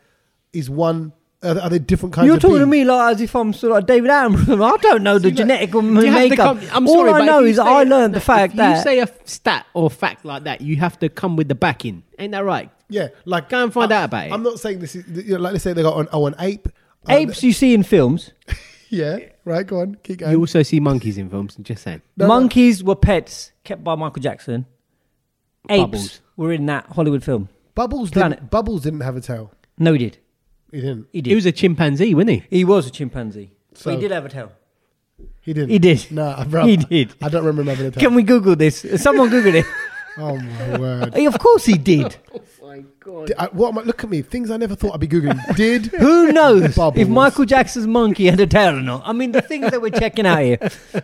S1: is one are, are they different kinds?
S4: You're
S1: of
S4: talking to
S1: beings?
S4: me like as if I'm sort of like David Attenborough. I don't know the
S1: look,
S4: genetic
S3: You have to
S4: makeup.
S3: come- I'm
S4: All
S3: sorry,
S4: I
S3: but
S4: know
S3: if you
S4: is
S3: say-
S4: I learned
S3: no,
S4: the fact
S3: if
S4: that
S3: you say a f- stat or fact like that, you have to come with the backing. Ain't that right?
S1: Yeah, like
S3: Go and find
S1: I-
S3: out about it.
S1: I'm not saying this is you know, like let's say they got an oh an ape. uh,
S4: apes you see in films,
S1: yeah, right. Go on, keep going.
S3: You also see monkeys in films. Just saying.
S1: No, no.
S4: monkeys were pets kept by Michael Jackson. Apes
S3: Bubbles.
S4: were in that Hollywood film.
S1: Bubbles
S4: Planet.
S1: didn't. Bubbles didn't have a tail.
S4: No, he did.
S1: He didn't.
S4: He did.
S3: He was a chimpanzee, wasn't he?
S4: He was a chimpanzee.
S1: So-
S4: So he did have a tail.
S1: He didn't.
S4: He did.
S1: No, bro,
S4: He did.
S1: I don't remember him having a tail.
S4: Can we Google this? Someone Google it.
S1: oh my word!
S4: Hey, of course he did.
S1: Did I, what am I? Look at me. Things I never thought I'd be googling. Did
S4: Who knows
S1: Bubbles.
S4: if Michael Jackson's monkey had a tail or not? I mean, the things that we're checking out here.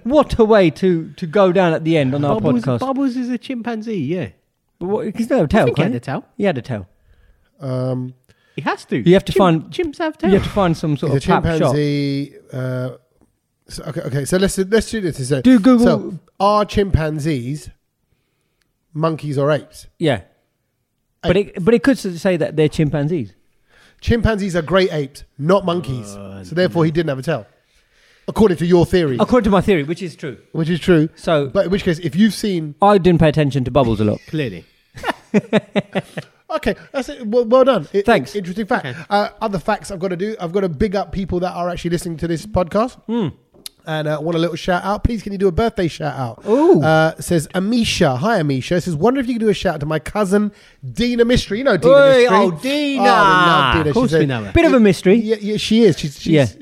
S4: What a way to, to go down at the end on our
S3: Bubbles,
S4: podcast.
S3: Bubbles is a chimpanzee. Yeah,
S4: But what, he doesn't have a tail.
S3: think he
S4: can't
S3: had a tail.
S4: He had a tail.
S1: um,
S3: he has to.
S4: You have to
S3: Chim-
S4: find-
S3: chimps have
S4: You have
S3: tails.
S4: to find some sort
S1: he's a
S4: of pap shop.
S1: chimpanzee? Uh, so, okay, okay. So let's let's do this. So,
S4: Do Google-
S1: So, are chimpanzees monkeys or apes?
S4: Yeah, but it but it could s- say that they're chimpanzees.
S1: Chimpanzees are great apes, not monkeys. so therefore, he didn't have a tail, according to your theory,
S4: According to my theory, which is true.
S1: which is true.
S4: So-
S1: but in which case, if you've seen,
S4: I didn't pay attention to bubbles a lot.
S3: Clearly,
S1: okay, that's it. Well, well done. It-
S4: Thanks.
S1: Interesting
S4: Hmm.
S1: fact. Uh, other facts I've got to do. I've got to big up people that are actually listening to this podcast. and uh, want a little shout out. Please, can you do a birthday shout out? Oh, uh, says Amisha. Hi, Amisha. Says, wonder if you can do a shout out to my cousin Dina Mystery. You know Dina
S4: Oi,
S1: Mystery.
S4: oh,
S1: we
S4: Dina.
S1: love Dina.
S3: Of course
S1: She's
S3: we know her.
S4: Bit of a mystery.
S1: Yeah, yeah, she is. She's, she's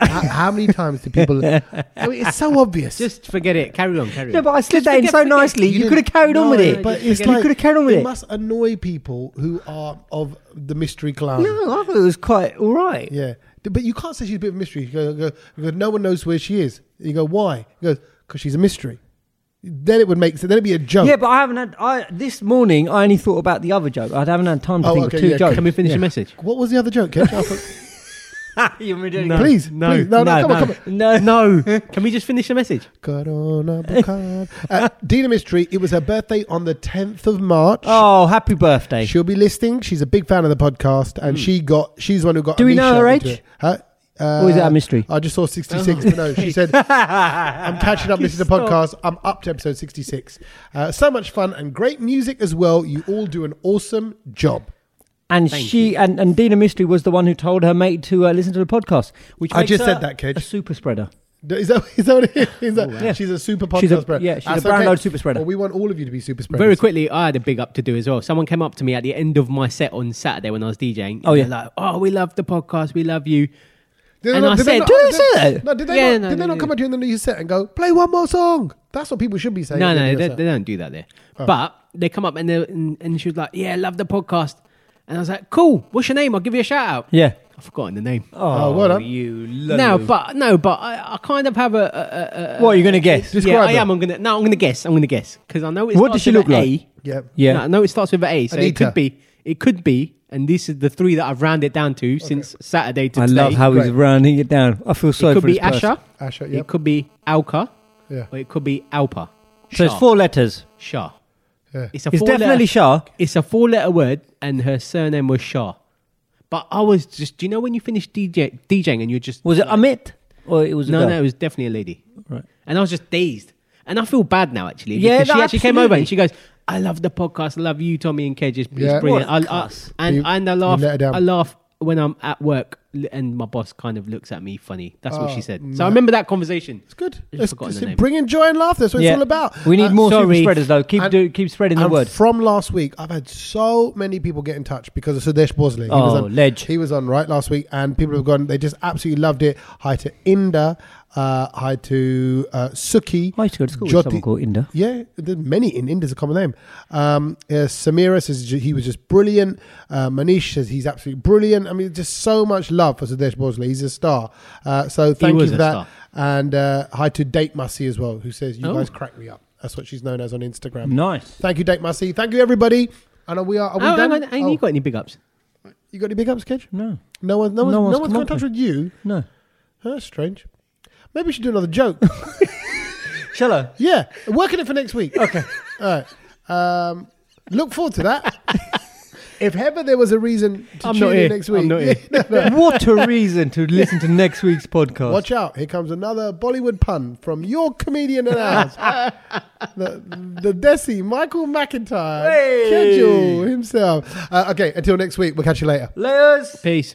S1: How, how many times do people? I mean, it's so obvious.
S3: Just forget it. Carry on. Carry on.
S4: No, but I slid
S3: Just
S4: that in
S3: forget-
S4: so
S3: forget-
S4: nicely. You,
S1: didn't-
S4: could have carried on with
S1: No,
S4: it.
S1: but it's
S4: you
S1: like
S4: could have carried on with it.
S1: must annoy people who are of the mystery clan.
S4: No, I thought it was quite all right.
S1: Yeah. D- But you can't say she's a bit of a mystery. You go, you go, you go, no one knows where she is. You go, why? He goes, because she's a mystery. Then it would make sense. Then it'd be a joke.
S4: Yeah, but I haven't had. I this morning I only thought about the other joke. I haven't had time to
S1: Oh,
S4: think
S1: okay,
S4: of two
S1: yeah,
S4: jokes.
S1: can
S3: Can we finish the message?
S1: what was the other joke, Ketch? I thought-
S4: you
S1: please,
S3: No,
S1: please. No, no, come on, come on.
S4: No,
S3: No. Can we just finish the message?
S1: Corona Bacan. uh, Dina Mystery, it was her birthday on the 10th of March.
S4: Oh, happy birthday!
S1: She'll be listening. She's a big fan of the podcast, and she got. She's the one who got.
S4: Hmm. Do we know
S1: Amisha
S4: her
S1: into
S4: age?
S1: it. Huh? Uh,
S4: Or is that a mystery? Oh,
S1: I just saw 66. but no, she said, I'm catching up. This is a podcast. I'm up to episode 66. Uh, so much fun and great music as well. You all do an awesome job.
S4: And she and, and Dina Mystery was the one who told her mate to uh, listen to the podcast. Which
S1: I
S4: makes
S1: just
S4: her
S1: said that, Kedge.
S4: A super spreader.
S1: Is that, is that what it is? Is that,
S4: Yeah.
S1: She's a super podcast
S4: She's a-
S1: spreader.
S4: yeah, she's a
S1: That's
S4: brown load super spreader.
S1: Well, we want all of you to be super spreaders.
S3: Very quickly, I had a big up to do as well. Someone came up to me at the end of my set on Saturday when I was DJing.
S4: Oh, yeah.
S3: They're like, oh, we love the podcast. We love you.
S1: Did
S3: And
S1: not-
S3: I
S1: did
S3: said-
S1: not-
S3: Did
S4: I say that?
S1: No, did they not,
S3: Yeah, no,
S1: did they
S3: they
S1: not
S3: do.
S1: come at you in the new set and go, play one more song? That's what people should be saying.
S3: No,
S1: at the
S3: no,
S1: end
S3: they,
S1: of
S3: they
S1: the set.
S3: don't do that there.
S4: Oh.
S3: But they come up and, they- and and she was like, "Yeah, love the podcast," and I was like, "Cool, what's your name? I'll give you a shout out."
S4: Yeah.
S3: I've forgotten the name.
S1: Oh, well done.
S4: you
S3: no, but no, but I, I kind of have a. a, a- a
S4: what are you going to guess?
S1: Describe
S3: yeah, I
S1: her.
S3: am. I'm gonna no, I'm gonna guess. I'm gonna guess because I know it.
S4: What
S3: starts
S4: does she
S3: with
S4: look
S3: an
S4: like?
S3: A.
S1: Yeah.
S4: Yeah.
S3: No, I know it starts with an A, so it
S1: Anita.
S3: could be. It could be, and this is the three that I've rounded down to since Saturday to
S4: I
S3: today.
S4: love how he's
S1: Great.
S4: rounding it down. I feel
S3: it
S4: sorry
S3: could
S4: for
S3: be
S4: this person.
S3: Asha.
S1: Asha, yep.
S3: It could be Alka.
S1: Yeah.
S3: Or it could be Alpa.
S4: So it's four letters.
S3: Shah.
S1: Yeah.
S3: It's a
S4: It's
S3: four
S4: definitely
S3: letter-
S4: Shah.
S3: It's a four letter word, and her surname was Shah. But I was just, do you know when you finish DJ, DJing and you're just.
S4: Was it Amit or it was a
S3: No,
S4: girl?
S3: no, it was definitely a lady.
S4: Right.
S3: And I was just dazed. And I feel bad now, actually.
S4: Yeah,
S3: Because
S4: no,
S3: she actually came over
S4: absolutely.
S3: and she goes, I love the podcast. I love you, Tommy and Kedge. It's, it's
S1: Yeah.
S3: brilliant. I,
S4: What a
S3: I,
S4: cuss.
S3: and,
S1: You-
S3: and I
S1: you
S3: laugh.
S1: let her down.
S3: I laugh when I'm at work l- and my boss kind of looks at me funny. That's what
S1: Oh,
S3: she said. So
S1: no.
S3: I remember that conversation.
S1: It's good.
S3: I just
S1: It's,
S3: forgotten
S1: it's
S3: the name.
S1: bringing joy and laughter. That's what it's all about.
S4: We need
S1: Uh,
S4: more super
S3: sorry.
S4: spreaders though. Keep
S1: And-
S4: do, keep spreading the
S1: and
S4: word.
S1: From last week, I've had so many people get in touch because of Sudesh Bosley. He was
S4: Oh,
S1: on,
S4: ledge.
S1: He was on right last week, and people have gone. They just absolutely loved it. Hi to Inda. Uh, hi to uh, Suki.
S4: I used to go to school
S1: Jyoti-
S4: with someone called Inda.
S1: Yeah, there's many in India's a common name. Um, yeah, Samira says ju- he was just brilliant. Uh, Manish says he's absolutely brilliant. I mean, just so much love for Sudesh Bosley. He's a star. Uh, so thank you
S3: was
S1: for
S3: a
S1: that.
S3: star.
S1: And uh, hi to Date Mussy as well, who says you
S3: Oh.
S1: guys crack me up. That's what she's known as on Instagram.
S4: Nice.
S1: Thank you, Date Mussy. Thank you, everybody. And are we are. are we
S3: Oh,
S1: done?
S3: hang on, ain't
S1: Oh,
S3: you got any big ups?
S1: you got any big ups, Kedge?
S4: No.
S1: No one. No, one,
S4: No
S1: no
S4: one's
S1: one's
S4: come
S1: got in
S4: up
S1: touch
S4: with-
S1: with you.
S4: No.
S1: That's strange. Maybe we should do another joke.
S4: Shall I?
S1: Yeah, working it for next week. Okay. All right. Um, look forward to that. if ever there was a reason to
S3: I'm
S1: tune
S3: not
S1: in
S3: here.
S1: next week,
S3: I'm not here.
S4: what a reason to listen to next week's podcast.
S1: watch out. Here comes another Bollywood pun from your comedian and ours. the, the Desi, Michael McIntyre,
S4: Hey.
S1: Kedgel himself. Uh, okay, until next week. We'll catch you later.
S4: Layers.
S3: Peace.